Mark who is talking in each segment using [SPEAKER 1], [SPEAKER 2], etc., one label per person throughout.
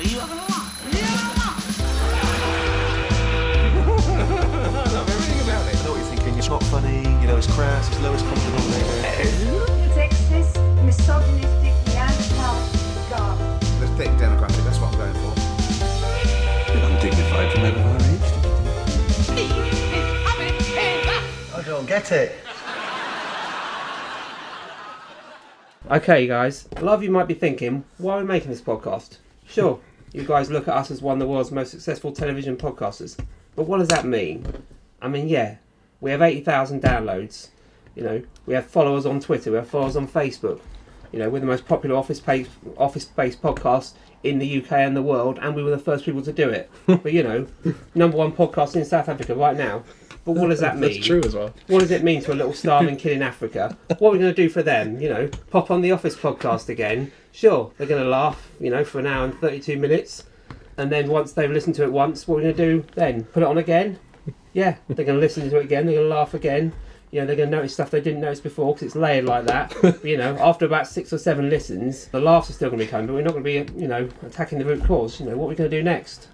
[SPEAKER 1] You are gonna lie. You are gonna lie.
[SPEAKER 2] I love everything about it. I know what you're thinking. It's not funny. You know, it's crass. It's lowest common denominator.
[SPEAKER 3] sexist, misogynistic, Neanderthal garbage.
[SPEAKER 4] The thick demographic, that's what I'm going for.
[SPEAKER 2] Undignified for men of our age.
[SPEAKER 5] Okay, guys, a lot of you might be thinking, why are we making this podcast? Sure, you guys look at us as one of the world's most successful television podcasters, but what does that mean? I mean, yeah, we have 80,000 downloads, you know, we have followers on Twitter, we have followers on Facebook, you know, we're the most popular office page, office-based podcast in the UK and the world, and we were the first people to do it. but, you know, number one podcast in South Africa right now. But what does that mean?
[SPEAKER 6] That's true as well.
[SPEAKER 5] what does it mean to a little starving kid in Africa? What are we going to do for them? You know, pop on the Office podcast again. Sure, they're going to laugh, you know, for an hour and 32 minutes. And then once they've listened to it once, what are we going to do then? Put it on again? Yeah, they're going to listen to it again. They're going to laugh again. You know, they're going to notice stuff they didn't notice before because it's layered like that. But, you know, after about six or seven listens, the laughs are still going to be coming, but we're not going to be, you know, attacking the root cause. You know, what are we going to do next?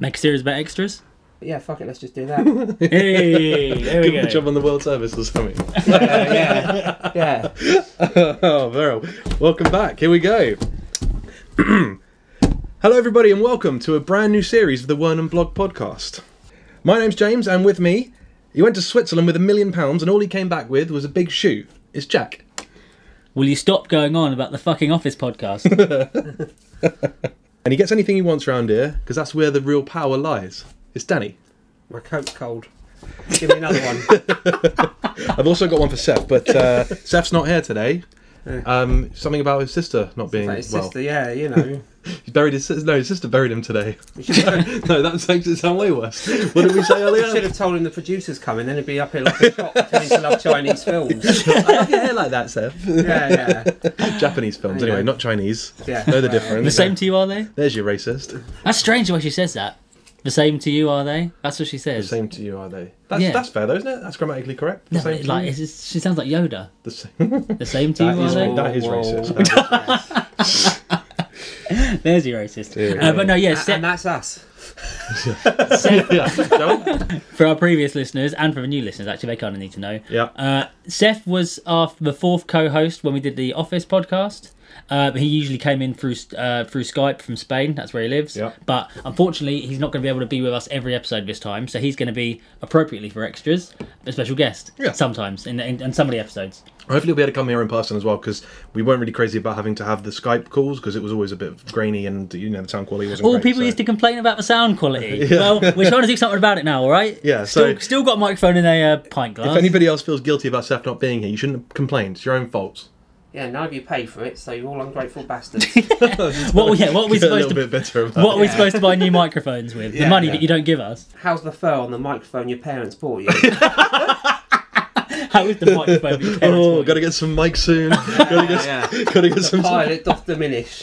[SPEAKER 7] Make a series about extras.
[SPEAKER 5] But yeah, fuck it, let's just do that.
[SPEAKER 7] Hey, there we
[SPEAKER 6] Give him a
[SPEAKER 7] go.
[SPEAKER 6] job on the World Service or something.
[SPEAKER 5] yeah, yeah, yeah.
[SPEAKER 6] oh, Vero. Welcome back. Here we go. Hello, everybody, and welcome to a brand new series of the Wernham Blog Podcast. My name's James, and with me, he went to Switzerland with a million pounds, and all he came back with was a big shoe. It's Jack.
[SPEAKER 7] Will you stop going on about the fucking Office podcast?
[SPEAKER 6] And he gets anything he wants round here, because that's where the real power lies. It's Danny.
[SPEAKER 5] My coat's cold. Give me another one.
[SPEAKER 6] I've also got one for Seth, but uh, Seth's not here today. Um, something about his sister not being
[SPEAKER 5] But his
[SPEAKER 6] well.
[SPEAKER 5] sister, yeah, you know.
[SPEAKER 6] He buried his sis- no, his sister buried him today. no, that makes it sound way worse. What did we say
[SPEAKER 5] I should
[SPEAKER 6] earlier?
[SPEAKER 5] have told him the producer's coming, then he'd be up here like a cop telling him to love Chinese films.
[SPEAKER 6] I like your hair like that, Seth.
[SPEAKER 5] Yeah, yeah,
[SPEAKER 6] Japanese films,
[SPEAKER 5] I know.
[SPEAKER 6] anyway, not Chinese.
[SPEAKER 5] yeah.
[SPEAKER 6] Know the
[SPEAKER 5] well,
[SPEAKER 6] difference.
[SPEAKER 7] the same to you, are they?
[SPEAKER 6] There's your racist.
[SPEAKER 7] That's strange why she says that. The same to you, are they? That's what she
[SPEAKER 6] The
[SPEAKER 7] says.
[SPEAKER 6] same to you, are they? That's,
[SPEAKER 7] Yeah.
[SPEAKER 6] that's fair, though, isn't it? That's grammatically correct. The
[SPEAKER 7] No,
[SPEAKER 6] same to
[SPEAKER 7] like
[SPEAKER 6] you.
[SPEAKER 7] it's just- she sounds like Yoda.
[SPEAKER 6] The same.
[SPEAKER 7] The same to you,
[SPEAKER 6] That
[SPEAKER 7] are
[SPEAKER 6] is
[SPEAKER 7] they?
[SPEAKER 6] wrong. That is racist.
[SPEAKER 5] yes.
[SPEAKER 7] There's your racist.
[SPEAKER 6] Yeah.
[SPEAKER 7] Uh, but no, yeah, Seth,
[SPEAKER 5] and that's us.
[SPEAKER 7] Seth-
[SPEAKER 6] yeah. so-
[SPEAKER 7] for our previous listeners and for the new listeners, actually, they kind of need to know.
[SPEAKER 6] yeah.
[SPEAKER 7] Uh, Seth was our the fourth co-host when we did the Office podcast. Uh, he usually came in through uh, through Skype from Spain. That's where he lives.
[SPEAKER 6] Yeah.
[SPEAKER 7] But unfortunately, he's not going to be able to be with us every episode this time. So he's going to be appropriately for extras, a special guest.
[SPEAKER 6] Yeah.
[SPEAKER 7] Sometimes in, in, in some of the episodes.
[SPEAKER 6] Hopefully, he'll be able to come here in person as well because we weren't really crazy about having to have the Skype calls because it was always a bit grainy and you know the sound quality wasn't.
[SPEAKER 7] All
[SPEAKER 6] great,
[SPEAKER 7] people
[SPEAKER 6] so-
[SPEAKER 7] used to complain about the sound quality. Well, we're trying to do something about it now, all right?
[SPEAKER 6] Yeah, so-
[SPEAKER 7] Still, still got a microphone in a uh, pint glass.
[SPEAKER 6] If anybody else feels guilty about Seth not being here, you shouldn't have complained. It's your own fault.
[SPEAKER 5] Yeah, none of you pay for it, so you're all ungrateful bastards.
[SPEAKER 7] what, we- yeah, what are
[SPEAKER 6] Get
[SPEAKER 7] we
[SPEAKER 6] a
[SPEAKER 7] supposed
[SPEAKER 6] little
[SPEAKER 7] to?
[SPEAKER 6] bit better about
[SPEAKER 7] What are we
[SPEAKER 5] Yeah.
[SPEAKER 7] supposed to buy new microphones with?
[SPEAKER 5] Yeah,
[SPEAKER 7] the money
[SPEAKER 5] yeah.
[SPEAKER 7] that you don't give us.
[SPEAKER 5] How's the fur on the microphone your parents bought you?
[SPEAKER 7] How is the microphone? that your parents bought
[SPEAKER 6] Oh,
[SPEAKER 7] you?
[SPEAKER 6] gotta get some mic soon. gotta get,
[SPEAKER 5] Yeah,
[SPEAKER 6] gotta get some.
[SPEAKER 5] Pile it doth diminish.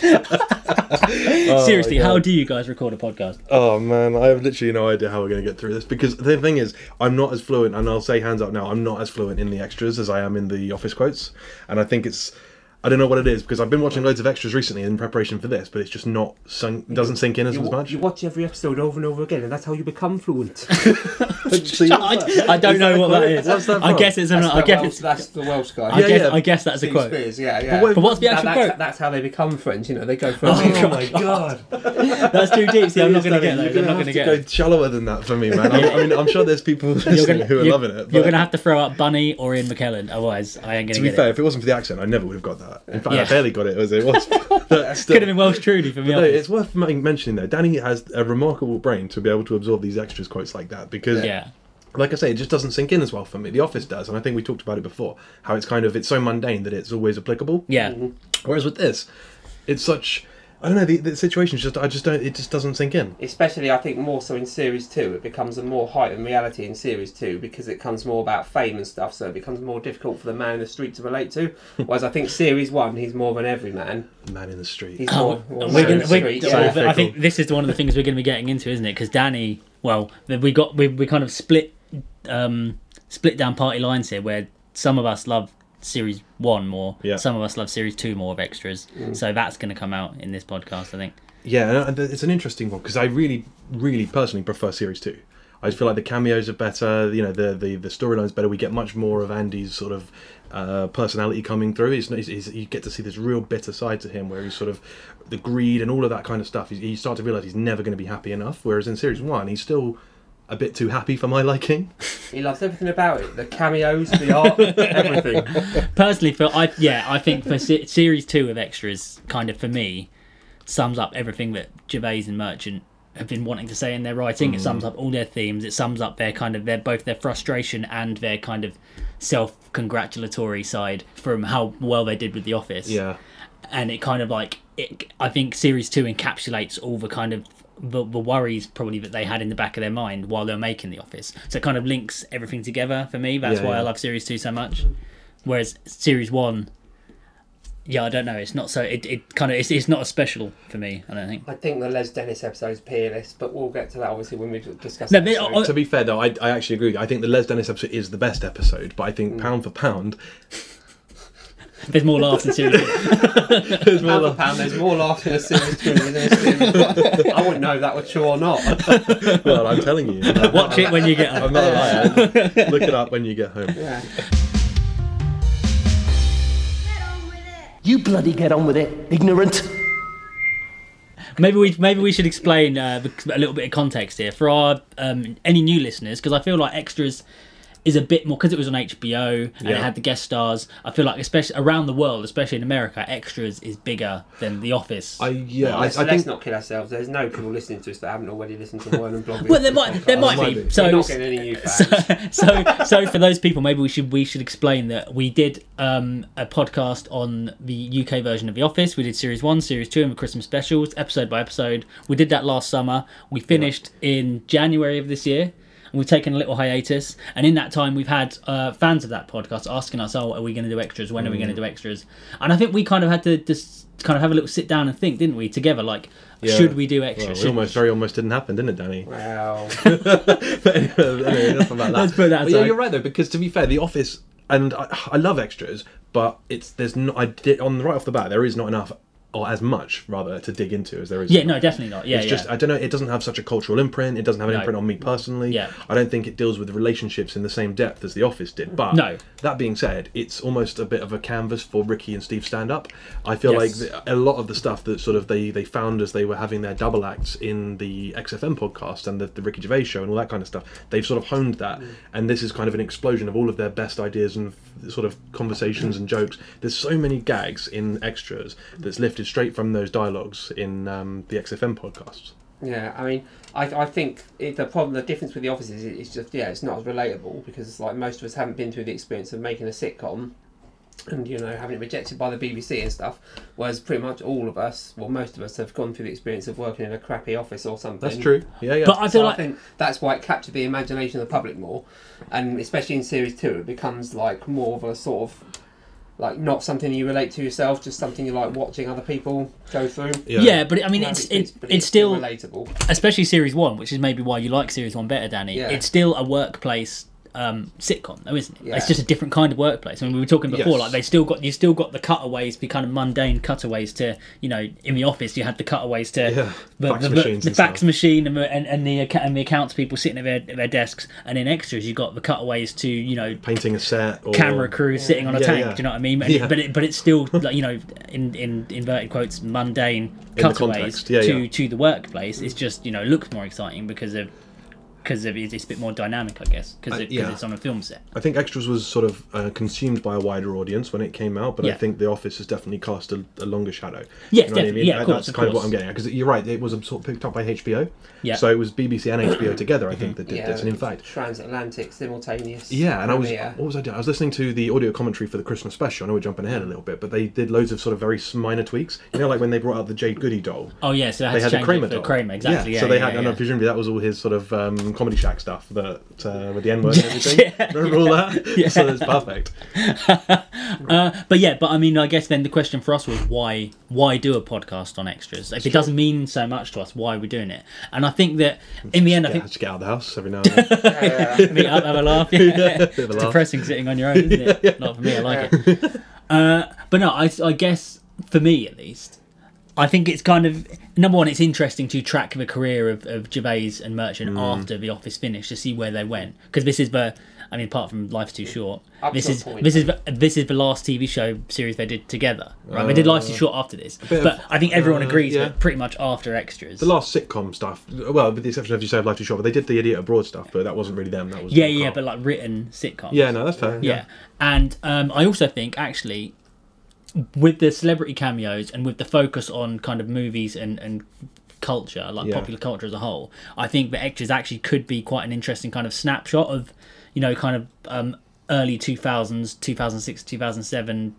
[SPEAKER 7] Seriously,
[SPEAKER 6] yeah.
[SPEAKER 7] how do you guys record a podcast?
[SPEAKER 6] Oh man, I have literally no idea how we're gonna get through this because the thing is, I'm not as fluent, and I'll say hands up now, I'm not as fluent in the extras as I am in the office quotes, and I think it's. I don't know what it is because I've been watching loads of extras recently in preparation for this, but it's just not sunk, doesn't sink in as,
[SPEAKER 5] You,
[SPEAKER 6] as
[SPEAKER 5] wa-
[SPEAKER 6] much.
[SPEAKER 5] you watch every episode over and over again, and that's how you become fluent.
[SPEAKER 6] So you-
[SPEAKER 7] I, I don't know what that is.
[SPEAKER 6] What's that
[SPEAKER 7] I
[SPEAKER 6] from?
[SPEAKER 7] guess it's. an- I
[SPEAKER 5] the
[SPEAKER 7] guess
[SPEAKER 5] Welsh,
[SPEAKER 7] it's.
[SPEAKER 5] that's the Welsh guy.
[SPEAKER 7] I
[SPEAKER 6] Yeah,
[SPEAKER 7] guess.
[SPEAKER 6] yeah.
[SPEAKER 7] I guess that's a
[SPEAKER 5] Team
[SPEAKER 7] quote.
[SPEAKER 5] Spears, yeah, yeah.
[SPEAKER 6] But what-
[SPEAKER 7] But what's the
[SPEAKER 5] That-
[SPEAKER 7] actual
[SPEAKER 5] that's,
[SPEAKER 7] quote?
[SPEAKER 5] that's how they become French, you know, they go from
[SPEAKER 6] Oh my god!
[SPEAKER 7] That's too deep. See, I'm not going to get
[SPEAKER 6] You're
[SPEAKER 7] those. I'm not
[SPEAKER 6] have to
[SPEAKER 7] going to get.
[SPEAKER 6] go
[SPEAKER 7] those.
[SPEAKER 6] shallower than that for me, man. I, I mean, I'm sure there's people
[SPEAKER 7] You're
[SPEAKER 6] listening
[SPEAKER 7] gonna-
[SPEAKER 6] who are
[SPEAKER 7] you're-
[SPEAKER 6] loving it.
[SPEAKER 7] You're
[SPEAKER 6] but-
[SPEAKER 7] going to have to throw up Bunny or Ian McKellen. Otherwise, I ain't
[SPEAKER 6] To
[SPEAKER 7] going to
[SPEAKER 6] be
[SPEAKER 7] get
[SPEAKER 6] fair,
[SPEAKER 7] it.
[SPEAKER 6] if it wasn't for the accent, I never would have got that. In fact, I
[SPEAKER 7] Yeah.
[SPEAKER 6] barely got it as it was. But still.
[SPEAKER 7] Could have been Welsh Trudy for me.
[SPEAKER 6] No,
[SPEAKER 7] I think.
[SPEAKER 6] it's worth ma- mentioning though. Danny has a remarkable brain to be able to absorb these extras quotes like that because,
[SPEAKER 7] yeah.
[SPEAKER 6] like I say, it just doesn't sink in as well for me. The Office does, and I think we talked about it before. How it's kind of it's so mundane that it's always applicable.
[SPEAKER 7] Yeah.
[SPEAKER 6] Whereas with this, it's such I don't know the, the situation's just I just don't it just doesn't sink in.
[SPEAKER 5] especially I think more so in series two, it becomes a more heightened reality in series two because it comes more about fame and stuff, so it becomes more difficult for the man in the street to relate to. Whereas I think series one, he's more of an everyman.
[SPEAKER 6] Man in the street.
[SPEAKER 5] He's
[SPEAKER 7] Oh,
[SPEAKER 5] more,
[SPEAKER 7] we're
[SPEAKER 5] more
[SPEAKER 7] gonna,
[SPEAKER 5] so
[SPEAKER 7] we're,
[SPEAKER 5] street,
[SPEAKER 7] well,
[SPEAKER 5] yeah.
[SPEAKER 6] so-
[SPEAKER 7] I think this is one of the things we're going to be getting into, isn't it? Because Danny, well, we got we, we kind of split um, split down party lines here, where some of us love series one more.
[SPEAKER 6] Yeah.
[SPEAKER 7] Some of us love series two more of extras. So that's going to come out in this podcast, I think.
[SPEAKER 6] Yeah, and it's an interesting one because I really, really personally prefer series two. I just feel like the cameos are better. You know, the the, the storyline's better. We get much more of Andy's sort of uh, personality coming through. He's, he's, he's you get to see this real bitter side to him, where he's sort of the greed and all of that kind of stuff. He's, you start to realize he's never going to be happy enough. Whereas in series one, he's still a bit too happy for my liking.
[SPEAKER 5] He loves everything about it the cameos, the art, everything.
[SPEAKER 7] Personally, for I yeah, I think for se- series two of extras, kind of for me, sums up everything that Gervais and Merchant have been wanting to say in their writing. It sums up all their themes. It sums up their kind of their both their frustration and their kind of self-congratulatory side from how well they did with The Office. and it kind of like it, I think series two encapsulates all the kind of the, the worries probably that they had in the back of their mind while they were making The Office. So it kind of links everything together for me. That's
[SPEAKER 6] Yeah,
[SPEAKER 7] why I
[SPEAKER 6] yeah.
[SPEAKER 7] love series two so much. Whereas series one, yeah, I don't know. It's not so. It, it kind of it's, it's not as special for me. I don't think.
[SPEAKER 5] I think the Les Dennis episode is peerless, but we'll get to that obviously when we discuss
[SPEAKER 7] No,
[SPEAKER 5] it.
[SPEAKER 7] but-
[SPEAKER 5] So-
[SPEAKER 7] oh,
[SPEAKER 6] To be fair, though, I, I actually agree. I think the Les Dennis episode is the best episode, but I think pound for pound,
[SPEAKER 7] There's more laughs in series. two.
[SPEAKER 6] there's more
[SPEAKER 5] Pound for
[SPEAKER 6] laugh-
[SPEAKER 5] pound, there's more laughs in a series two than in a series one. I wouldn't know if that was true or not.
[SPEAKER 6] Well, I'm telling you.
[SPEAKER 7] Watch it when you get.
[SPEAKER 6] I'm
[SPEAKER 7] Home.
[SPEAKER 6] not a liar. Look it up when you get home.
[SPEAKER 5] Yeah.
[SPEAKER 1] Get on with it.
[SPEAKER 8] You bloody get on with it, ignorant.
[SPEAKER 7] Maybe we maybe we should explain uh, the- a little bit of context here for our um, any new listeners because I feel like extras is a bit more because it was on HBO and it
[SPEAKER 6] Yeah.
[SPEAKER 7] had the guest stars. I feel like especially around the world, especially in America, extras is bigger than The Office.
[SPEAKER 6] I yeah, I,
[SPEAKER 5] Let's,
[SPEAKER 6] I
[SPEAKER 5] let's
[SPEAKER 6] think
[SPEAKER 5] not kid ourselves. There's no people listening to us that haven't already listened to Word and Blog.
[SPEAKER 7] well, there might there might,
[SPEAKER 6] Might
[SPEAKER 7] be.
[SPEAKER 6] be.
[SPEAKER 7] So
[SPEAKER 5] We're not getting any new fans.
[SPEAKER 7] so so for those people maybe we should we should explain that we did um, a podcast on the UK version of The Office we did series 1 series 2 and the Christmas specials episode by episode we did that last summer we finished in January of this year and we've taken a little hiatus and in that time we've had uh, fans of that podcast asking us oh are we going to do extras when are we
[SPEAKER 6] Mm.
[SPEAKER 7] going to do extras and I think we kind of had to just kind of have a little sit down and think didn't we together like
[SPEAKER 6] Yeah.
[SPEAKER 7] should we do
[SPEAKER 6] well,
[SPEAKER 7] extras
[SPEAKER 6] we
[SPEAKER 7] Should-
[SPEAKER 6] almost very almost didn't happen, didn't it, Danny?
[SPEAKER 5] Well,
[SPEAKER 6] but anyway, anyway, enough about that.
[SPEAKER 7] Let's put that
[SPEAKER 6] But yeah,
[SPEAKER 7] aside.
[SPEAKER 6] you're right though, because to be fair, The Office and I, I love extras, but it's there's not I did on right off the bat there is not enough or as much rather to dig into as there is.
[SPEAKER 7] yeah no definitely not yeah
[SPEAKER 6] it's
[SPEAKER 7] yeah.
[SPEAKER 6] just I don't know. It doesn't have such a cultural imprint. It doesn't have an
[SPEAKER 7] No.
[SPEAKER 6] imprint on me personally.
[SPEAKER 7] Yeah.
[SPEAKER 6] I don't think it deals with relationships in the same depth as The Office did. But
[SPEAKER 7] No.
[SPEAKER 6] that being said, it's almost a bit of a canvas for Ricky and Steve stand up. I feel
[SPEAKER 7] Yes.
[SPEAKER 6] like the, a lot of the stuff that sort of they they found as they were having their double acts in the XFM podcast and the, the Ricky Gervais show and all that kind of stuff. They've sort of honed that,
[SPEAKER 7] Mm.
[SPEAKER 6] and this is kind of an explosion of all of their best ideas and f- sort of conversations and jokes. There's so many gags in extras that's lifted straight from those dialogues in um, the XFM podcasts.
[SPEAKER 5] yeah. I mean, I, I think it, the problem, the difference with the office is it- it's just yeah, it's not as relatable because it's like most of us haven't been through the experience of making a sitcom. And you know, having it rejected by the BBC and stuff, whereas pretty much all of us, well, most of us, have gone through the experience of working in a crappy office or something.
[SPEAKER 6] That's true. Yeah, yeah.
[SPEAKER 7] but I
[SPEAKER 5] So
[SPEAKER 7] feel
[SPEAKER 5] I
[SPEAKER 7] like
[SPEAKER 5] think that's why it captured the imagination of the public more, and especially in series two, it becomes like more of a sort of like not something you relate to yourself, just something you like watching other people go through.
[SPEAKER 7] Yeah, but I mean, it's
[SPEAKER 5] But
[SPEAKER 7] it, it's still,
[SPEAKER 5] relatable.
[SPEAKER 7] especially series one, which is maybe why you like series one better, Danny.
[SPEAKER 5] Yeah.
[SPEAKER 7] It's still a workplace um, sitcom, though, isn't it?
[SPEAKER 5] Yeah.
[SPEAKER 7] It's just a different kind of workplace. I mean, we were talking before,
[SPEAKER 6] Yes.
[SPEAKER 7] like they still got you still got the cutaways, the kind of mundane cutaways to you know in the office you had the cutaways to
[SPEAKER 6] Yeah.
[SPEAKER 7] the,
[SPEAKER 6] Fax
[SPEAKER 7] the, the-
[SPEAKER 6] machines
[SPEAKER 7] the
[SPEAKER 6] and
[SPEAKER 7] fax
[SPEAKER 6] stuff.
[SPEAKER 7] machine, and, the- and, and the acc- and the accounts people sitting at their, at their desks, and in extras you got the cutaways to you know
[SPEAKER 6] painting a set or
[SPEAKER 7] camera crew sitting on a
[SPEAKER 6] Yeah,
[SPEAKER 7] tank.
[SPEAKER 6] yeah.
[SPEAKER 7] Do you know what I mean? And
[SPEAKER 6] Yeah.
[SPEAKER 7] it, but it, but it's still like, you know in in inverted quotes mundane
[SPEAKER 6] the
[SPEAKER 7] cutaways
[SPEAKER 6] context, yeah,
[SPEAKER 7] to
[SPEAKER 6] yeah.
[SPEAKER 7] to the workplace. It's just you know looks more exciting because of because of it's a bit more dynamic, I guess, because
[SPEAKER 6] Uh,
[SPEAKER 7] it, 'cause
[SPEAKER 6] yeah.
[SPEAKER 7] it's on a film set.
[SPEAKER 6] I think Extras was sort of uh, consumed by a wider audience when it came out, but
[SPEAKER 7] Yeah.
[SPEAKER 6] I think The Office has definitely cast a, a longer shadow.
[SPEAKER 7] Yes,
[SPEAKER 6] what
[SPEAKER 7] definitely. Yeah, of
[SPEAKER 6] That-
[SPEAKER 7] course,
[SPEAKER 6] that's
[SPEAKER 7] of
[SPEAKER 6] kind of
[SPEAKER 7] course.
[SPEAKER 6] what I'm getting at because you're right. It was sort of picked up by HBO.
[SPEAKER 7] Yeah. Mm-hmm.
[SPEAKER 6] So it was BBC and HBO together. I think that did this, and in fact,
[SPEAKER 5] transatlantic simultaneous.
[SPEAKER 6] Yeah, and I was
[SPEAKER 5] premiere.
[SPEAKER 6] what was I doing? I was listening to the audio commentary for the Christmas special. I know we're jumping ahead a little bit, but they did loads of sort of very s- minor tweaks. You know, like when they brought out the Jade Goody doll.
[SPEAKER 7] Oh yeah, so they had,
[SPEAKER 6] They
[SPEAKER 7] to
[SPEAKER 6] had the
[SPEAKER 7] change it
[SPEAKER 6] Kramer
[SPEAKER 7] for
[SPEAKER 6] doll.
[SPEAKER 7] Kramer, exactly. Yeah,
[SPEAKER 6] so they
[SPEAKER 7] yeah,
[SPEAKER 6] had, and
[SPEAKER 7] yeah.
[SPEAKER 6] presumably that was all his sort of um, um, Comedy Shack stuff that uh, with the N word and everything.
[SPEAKER 7] Yeah.
[SPEAKER 6] Remember all that?
[SPEAKER 7] Yeah.
[SPEAKER 6] So it's perfect.
[SPEAKER 7] Uh, But yeah, but I mean, I guess then the question for us was why? Why do a podcast on extras if it doesn't mean so much to us? Why are we doing it? And I think that in the end, I
[SPEAKER 6] Yeah,
[SPEAKER 7] think
[SPEAKER 6] just get out of the house every now and then.
[SPEAKER 7] meet up, have a laugh. Yeah.
[SPEAKER 6] Bit of a
[SPEAKER 7] It's
[SPEAKER 6] laugh.
[SPEAKER 7] depressing sitting on your own, isn't it? Not for me, I like it. Uh, but no, I, I guess for me at least, I think it's kind of number one. It's interesting to track the career of, of Gervais and Merchant
[SPEAKER 6] Mm.
[SPEAKER 7] after The Office finished to see where they went because this is the. I mean, apart from Life's Too Short,
[SPEAKER 5] Up
[SPEAKER 7] this
[SPEAKER 5] to a
[SPEAKER 7] is
[SPEAKER 5] point.
[SPEAKER 7] this is the, this is the last TV show series they did together. Right, they did Life's Too Short after this,
[SPEAKER 6] Uh, bit
[SPEAKER 7] but
[SPEAKER 6] of-
[SPEAKER 7] I think everyone
[SPEAKER 6] uh,
[SPEAKER 7] agrees
[SPEAKER 6] yeah.
[SPEAKER 7] that pretty much after extras.
[SPEAKER 6] The last sitcom stuff, well, with the exception of you say of Life Too Short, but they did the Idiot Abroad stuff, but that wasn't really them. That was
[SPEAKER 7] yeah,
[SPEAKER 6] Jim
[SPEAKER 7] yeah,
[SPEAKER 6] Carr.
[SPEAKER 7] but like written sitcoms.
[SPEAKER 6] yeah, no, that's fair.
[SPEAKER 7] yeah.
[SPEAKER 6] Yeah,
[SPEAKER 7] And um, I also think actually with the celebrity cameos and with the focus on kind of movies and and culture, like
[SPEAKER 6] Yeah.
[SPEAKER 7] popular culture as a whole, I think the extras actually could be quite an interesting kind of snapshot of, you know, kind of um, early two thousands, two thousand six, two thousand seven.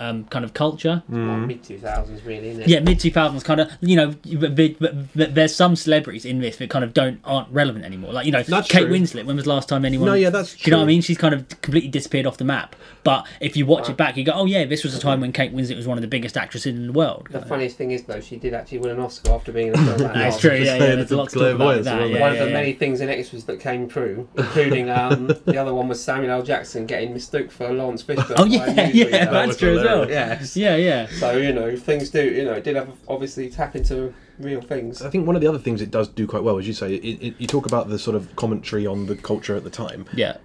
[SPEAKER 7] Um, kind of culture,
[SPEAKER 6] Mm.
[SPEAKER 5] mid 2000s, really, isn't it?
[SPEAKER 7] yeah, mid two thousands kind of you know. But, but, but, but there's some celebrities in this that kind of don't aren't relevant anymore. Like you know,
[SPEAKER 6] That's
[SPEAKER 7] Kate
[SPEAKER 6] true.
[SPEAKER 7] Winslet. When was the last time anyone?
[SPEAKER 6] No, yeah, that's
[SPEAKER 7] Do you know what I
[SPEAKER 6] true.
[SPEAKER 7] mean? She's kind of completely disappeared off the map. But if you watch it back, you go, oh yeah, this was a time when Kate Winslet was one of the biggest actresses in the world.
[SPEAKER 5] The funniest thing is, though, she did actually win an Oscar after being in a film.
[SPEAKER 7] That is true.
[SPEAKER 6] just
[SPEAKER 7] Yeah, yeah.
[SPEAKER 6] saying
[SPEAKER 7] There's
[SPEAKER 6] it's
[SPEAKER 7] a
[SPEAKER 6] a
[SPEAKER 7] lot to talk about
[SPEAKER 6] clairvoyance,
[SPEAKER 7] with that.
[SPEAKER 6] isn't it?
[SPEAKER 7] Yeah,
[SPEAKER 5] One
[SPEAKER 7] yeah,
[SPEAKER 5] of the
[SPEAKER 7] yeah.
[SPEAKER 5] many things in extras that came through, including um, the other one was Samuel L. Jackson getting mistook for Lawrence Fishburne.
[SPEAKER 7] Oh
[SPEAKER 5] by a
[SPEAKER 7] yeah,
[SPEAKER 5] newsreader.
[SPEAKER 7] yeah.
[SPEAKER 6] That
[SPEAKER 7] That's
[SPEAKER 6] was
[SPEAKER 7] true as well. Yeah,
[SPEAKER 5] Yes.
[SPEAKER 7] yeah, yeah.
[SPEAKER 5] So you know, things do. You know, it did have obviously tap into real things.
[SPEAKER 6] I think one of the other things it does do quite well, as you say, it, it, you talk about the sort of commentary on the culture at the time.
[SPEAKER 7] yeah.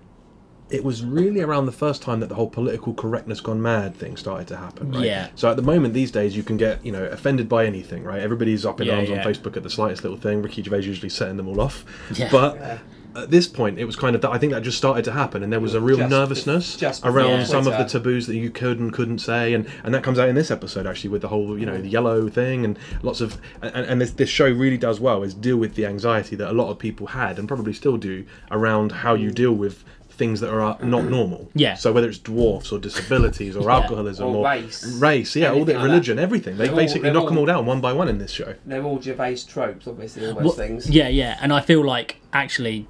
[SPEAKER 6] it was really around the first time that the whole political correctness gone mad thing started to happen, right?
[SPEAKER 7] Yeah.
[SPEAKER 6] So at the moment, these days, you can get you know offended by anything, right? Everybody's up in
[SPEAKER 7] Yeah,
[SPEAKER 6] arms
[SPEAKER 7] yeah.
[SPEAKER 6] on Facebook at the slightest little thing. Ricky Gervais usually setting them all off,
[SPEAKER 7] Yeah.
[SPEAKER 6] but. At this point, it was kind of that. I think that just started to happen, and there was a real
[SPEAKER 5] Just-
[SPEAKER 6] nervousness
[SPEAKER 5] just before
[SPEAKER 6] around
[SPEAKER 7] Yeah.
[SPEAKER 6] some of the
[SPEAKER 5] Twitter.
[SPEAKER 6] taboos that you could and couldn't say, and, and that comes out in this episode actually with the whole you know the yellow thing and lots of and, and this this show really does well is deal with the anxiety that a lot of people had and probably still do around how
[SPEAKER 5] Mm.
[SPEAKER 6] you deal with things that are uh, not normal.
[SPEAKER 7] Yeah.
[SPEAKER 6] So whether it's dwarfs or disabilities or alcoholism
[SPEAKER 5] Or
[SPEAKER 6] or,
[SPEAKER 5] race.
[SPEAKER 6] race, yeah, all
[SPEAKER 5] Anything
[SPEAKER 6] the
[SPEAKER 5] like that.
[SPEAKER 6] religion, everything. They
[SPEAKER 5] They're all-
[SPEAKER 6] basically
[SPEAKER 5] they're
[SPEAKER 6] knock them
[SPEAKER 5] all-
[SPEAKER 6] all down one by one in this show.
[SPEAKER 5] They're all Gervais tropes, obviously, all those
[SPEAKER 7] Well,
[SPEAKER 5] things.
[SPEAKER 7] Yeah, yeah, and I feel like actually,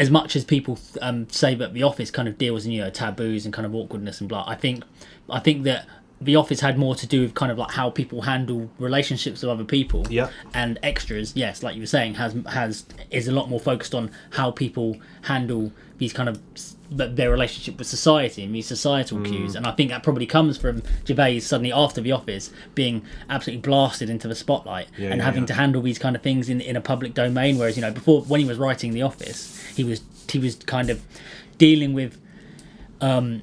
[SPEAKER 7] as much as people um, say that The Office kind of deals in you know taboos and kind of awkwardness and blah, I think, I think that The Office had more to do with kind of like how people handle relationships with other people.
[SPEAKER 6] Yeah.
[SPEAKER 7] And extras, yes, like you were saying, has has is a lot more focused on how people handle these kind of s- th- their relationship with society and these
[SPEAKER 5] Mm.
[SPEAKER 7] societal cues and i think that probably comes from gervais suddenly after the office being absolutely blasted into the spotlight
[SPEAKER 6] Yeah,
[SPEAKER 7] and
[SPEAKER 6] yeah,
[SPEAKER 7] having
[SPEAKER 6] yeah.
[SPEAKER 7] to handle these kind of things in, in a public domain whereas you know before when he was writing the office he was he was kind of dealing with um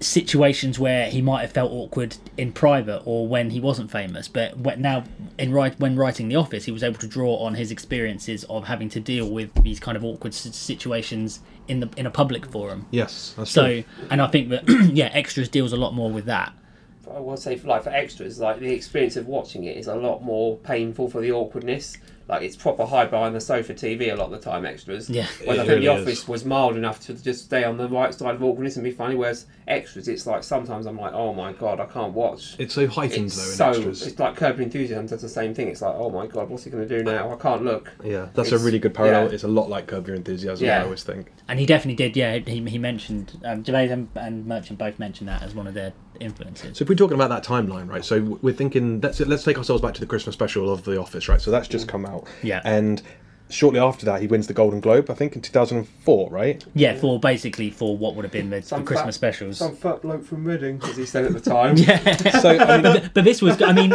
[SPEAKER 7] situations where he might have felt awkward in private or when he wasn't famous but when, now in write when writing the office he was able to draw on his experiences of having to deal with these kind of awkward s- situations in the in a public forum
[SPEAKER 6] Yes, that's
[SPEAKER 7] so and i think that yeah extras deals a lot more with that
[SPEAKER 5] I will say, for, like for extras, like the experience of watching it is a lot more painful for the awkwardness. Like it's proper high behind the sofa TV a lot of the time. Extras.
[SPEAKER 7] Yeah.
[SPEAKER 5] When I
[SPEAKER 6] It
[SPEAKER 5] think
[SPEAKER 6] really
[SPEAKER 5] The
[SPEAKER 6] is.
[SPEAKER 5] Office was mild enough to just stay on the right side of awkwardness and be funny, whereas extras, it's like sometimes I'm like, oh my god, I can't watch.
[SPEAKER 6] It's so heightened
[SPEAKER 5] It's
[SPEAKER 6] though in
[SPEAKER 5] so
[SPEAKER 6] extras.
[SPEAKER 5] it's like Curb Your Enthusiasm does the same thing. It's like, oh my god, what's he going to do now? I can't look.
[SPEAKER 6] yeah, that's a
[SPEAKER 5] it's-
[SPEAKER 6] really good parallel.
[SPEAKER 5] yeah.
[SPEAKER 6] It's a lot like Curb Your Enthusiasm.
[SPEAKER 5] Yeah.
[SPEAKER 6] I always think.
[SPEAKER 7] And he definitely did, yeah. He, he mentioned, um, Gervais and, and Merchant both mentioned that as one of their influences.
[SPEAKER 6] So if we're talking about that timeline, right? So w- we're thinking let's let's take ourselves back to the Christmas special of The Office, right? So that's just come out.
[SPEAKER 7] Yeah.
[SPEAKER 6] And shortly after that, he wins the Golden Globe, I think, in 2004, right?
[SPEAKER 7] yeah, for basically for what would have been the, the
[SPEAKER 5] Some
[SPEAKER 7] Christmas
[SPEAKER 5] fat-
[SPEAKER 7] specials.
[SPEAKER 5] Some fat bloke from Reading, as he said at the time.
[SPEAKER 6] So I mean,
[SPEAKER 7] but, but this was, I mean,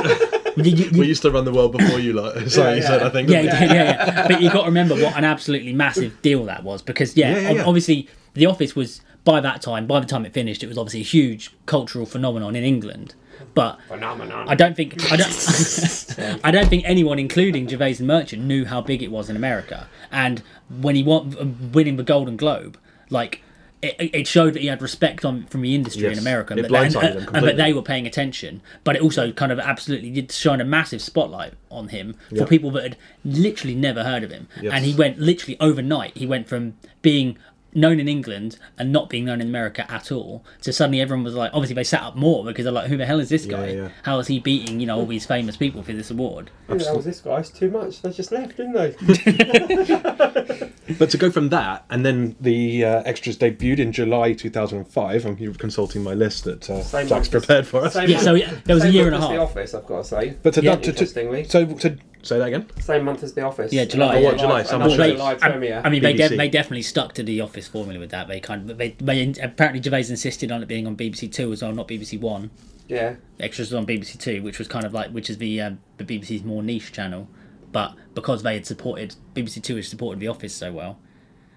[SPEAKER 7] you- you-
[SPEAKER 6] we used to run the world before you, lot. So
[SPEAKER 5] Yeah,
[SPEAKER 6] you
[SPEAKER 5] yeah.
[SPEAKER 6] said, I think.
[SPEAKER 7] yeah, yeah, yeah, yeah. But you got to remember what an absolutely massive deal that was because yeah,
[SPEAKER 6] Yeah, yeah,
[SPEAKER 7] ob-
[SPEAKER 6] yeah.
[SPEAKER 7] obviously The Office was by that time, by the time it finished, it was obviously a huge cultural phenomenon in England. But
[SPEAKER 5] Phenomenon.
[SPEAKER 7] I don't think I don't I don't think anyone, including Gervais and Merchant, knew how big it was in America. And when he won uh, winning the Golden Globe, like it, it showed that he had respect on from the industry in
[SPEAKER 6] Yes.
[SPEAKER 7] America,
[SPEAKER 6] It
[SPEAKER 7] but that- and, uh,
[SPEAKER 6] blindsided him
[SPEAKER 7] and- but
[SPEAKER 6] completely.
[SPEAKER 7] they were paying attention. But it also kind of absolutely did shine a massive spotlight on him for
[SPEAKER 6] Yeah.
[SPEAKER 7] people that had literally never heard of him.
[SPEAKER 6] Yes.
[SPEAKER 7] And he went literally overnight. He went from being known in England and not being known in America at all. So suddenly everyone was like, obviously they sat up more because they're like, who the hell is this guy?
[SPEAKER 6] yeah.
[SPEAKER 7] How is he beating you know all these famous people for this award?
[SPEAKER 5] Who the hell was this guy? It's too much. They just left, didn't they?
[SPEAKER 6] But to go from that, and then the uh, extras debuted in July 2005. I'm here consulting my list that uh,
[SPEAKER 5] Same
[SPEAKER 6] Jack's
[SPEAKER 5] month as-
[SPEAKER 6] prepared for us.
[SPEAKER 5] same
[SPEAKER 7] Yeah, so
[SPEAKER 5] month-
[SPEAKER 7] yeah, there was a
[SPEAKER 5] same
[SPEAKER 7] year
[SPEAKER 5] month
[SPEAKER 7] and a
[SPEAKER 5] as The
[SPEAKER 7] half.
[SPEAKER 5] Office, I've got to say.
[SPEAKER 6] But to,
[SPEAKER 5] yeah,
[SPEAKER 6] that, to,
[SPEAKER 5] interestingly,
[SPEAKER 6] to, so to say that again.
[SPEAKER 5] same month as The Office.
[SPEAKER 7] Yeah, July,
[SPEAKER 5] Another
[SPEAKER 7] yeah.
[SPEAKER 5] live-
[SPEAKER 6] July, some
[SPEAKER 5] another
[SPEAKER 6] show.
[SPEAKER 5] July
[SPEAKER 7] I,
[SPEAKER 5] premiere.
[SPEAKER 7] I mean, they, de-
[SPEAKER 6] BBC.
[SPEAKER 7] they definitely stuck to the Office formula with that. They kind of they, they apparently Gervais insisted on it being on BBC Two as well, not BBC One.
[SPEAKER 5] yeah.
[SPEAKER 7] extras was on BBC Two, which was kind of like which is the um, the BBC's more niche channel, but because they had supported BBC Two had supported The Office so well,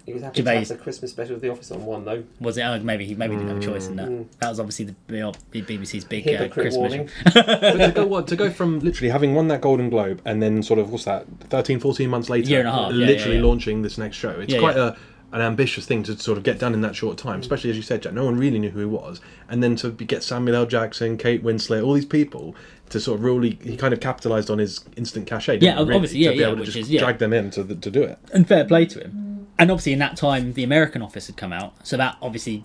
[SPEAKER 5] He was happy
[SPEAKER 7] Gervais.
[SPEAKER 5] to have the Christmas special of The Office on one, though.
[SPEAKER 7] was it? Oh, maybe he maybe didn't have a choice in that. That was obviously the, the, the BBC's big
[SPEAKER 5] Mm.
[SPEAKER 7] uh,
[SPEAKER 5] Hypocrite
[SPEAKER 7] Christmas.
[SPEAKER 5] warning.
[SPEAKER 6] but to go what to go from literally having won that Golden Globe and then sort of what's that 13, 14 months later,
[SPEAKER 7] Year and a half, yeah,
[SPEAKER 6] literally
[SPEAKER 7] yeah, yeah.
[SPEAKER 6] launching this next show. It's
[SPEAKER 7] Yeah,
[SPEAKER 6] quite
[SPEAKER 7] yeah.
[SPEAKER 6] a an ambitious thing to sort of get done in that short time, especially as you said, Jack. No one really knew who he was, and then to be- get Samuel L. Jackson, Kate Winslet, all these people to sort of really he kind of capitalized on his instant cachet. didn't
[SPEAKER 7] Yeah,
[SPEAKER 6] he, really,
[SPEAKER 7] obviously, yeah,
[SPEAKER 6] to be
[SPEAKER 7] yeah,
[SPEAKER 6] able to
[SPEAKER 7] which
[SPEAKER 6] just
[SPEAKER 7] is- yeah.
[SPEAKER 6] drag them in to the, to do it.
[SPEAKER 7] and fair play to him. And obviously, in that time, the American Office had come out, so that obviously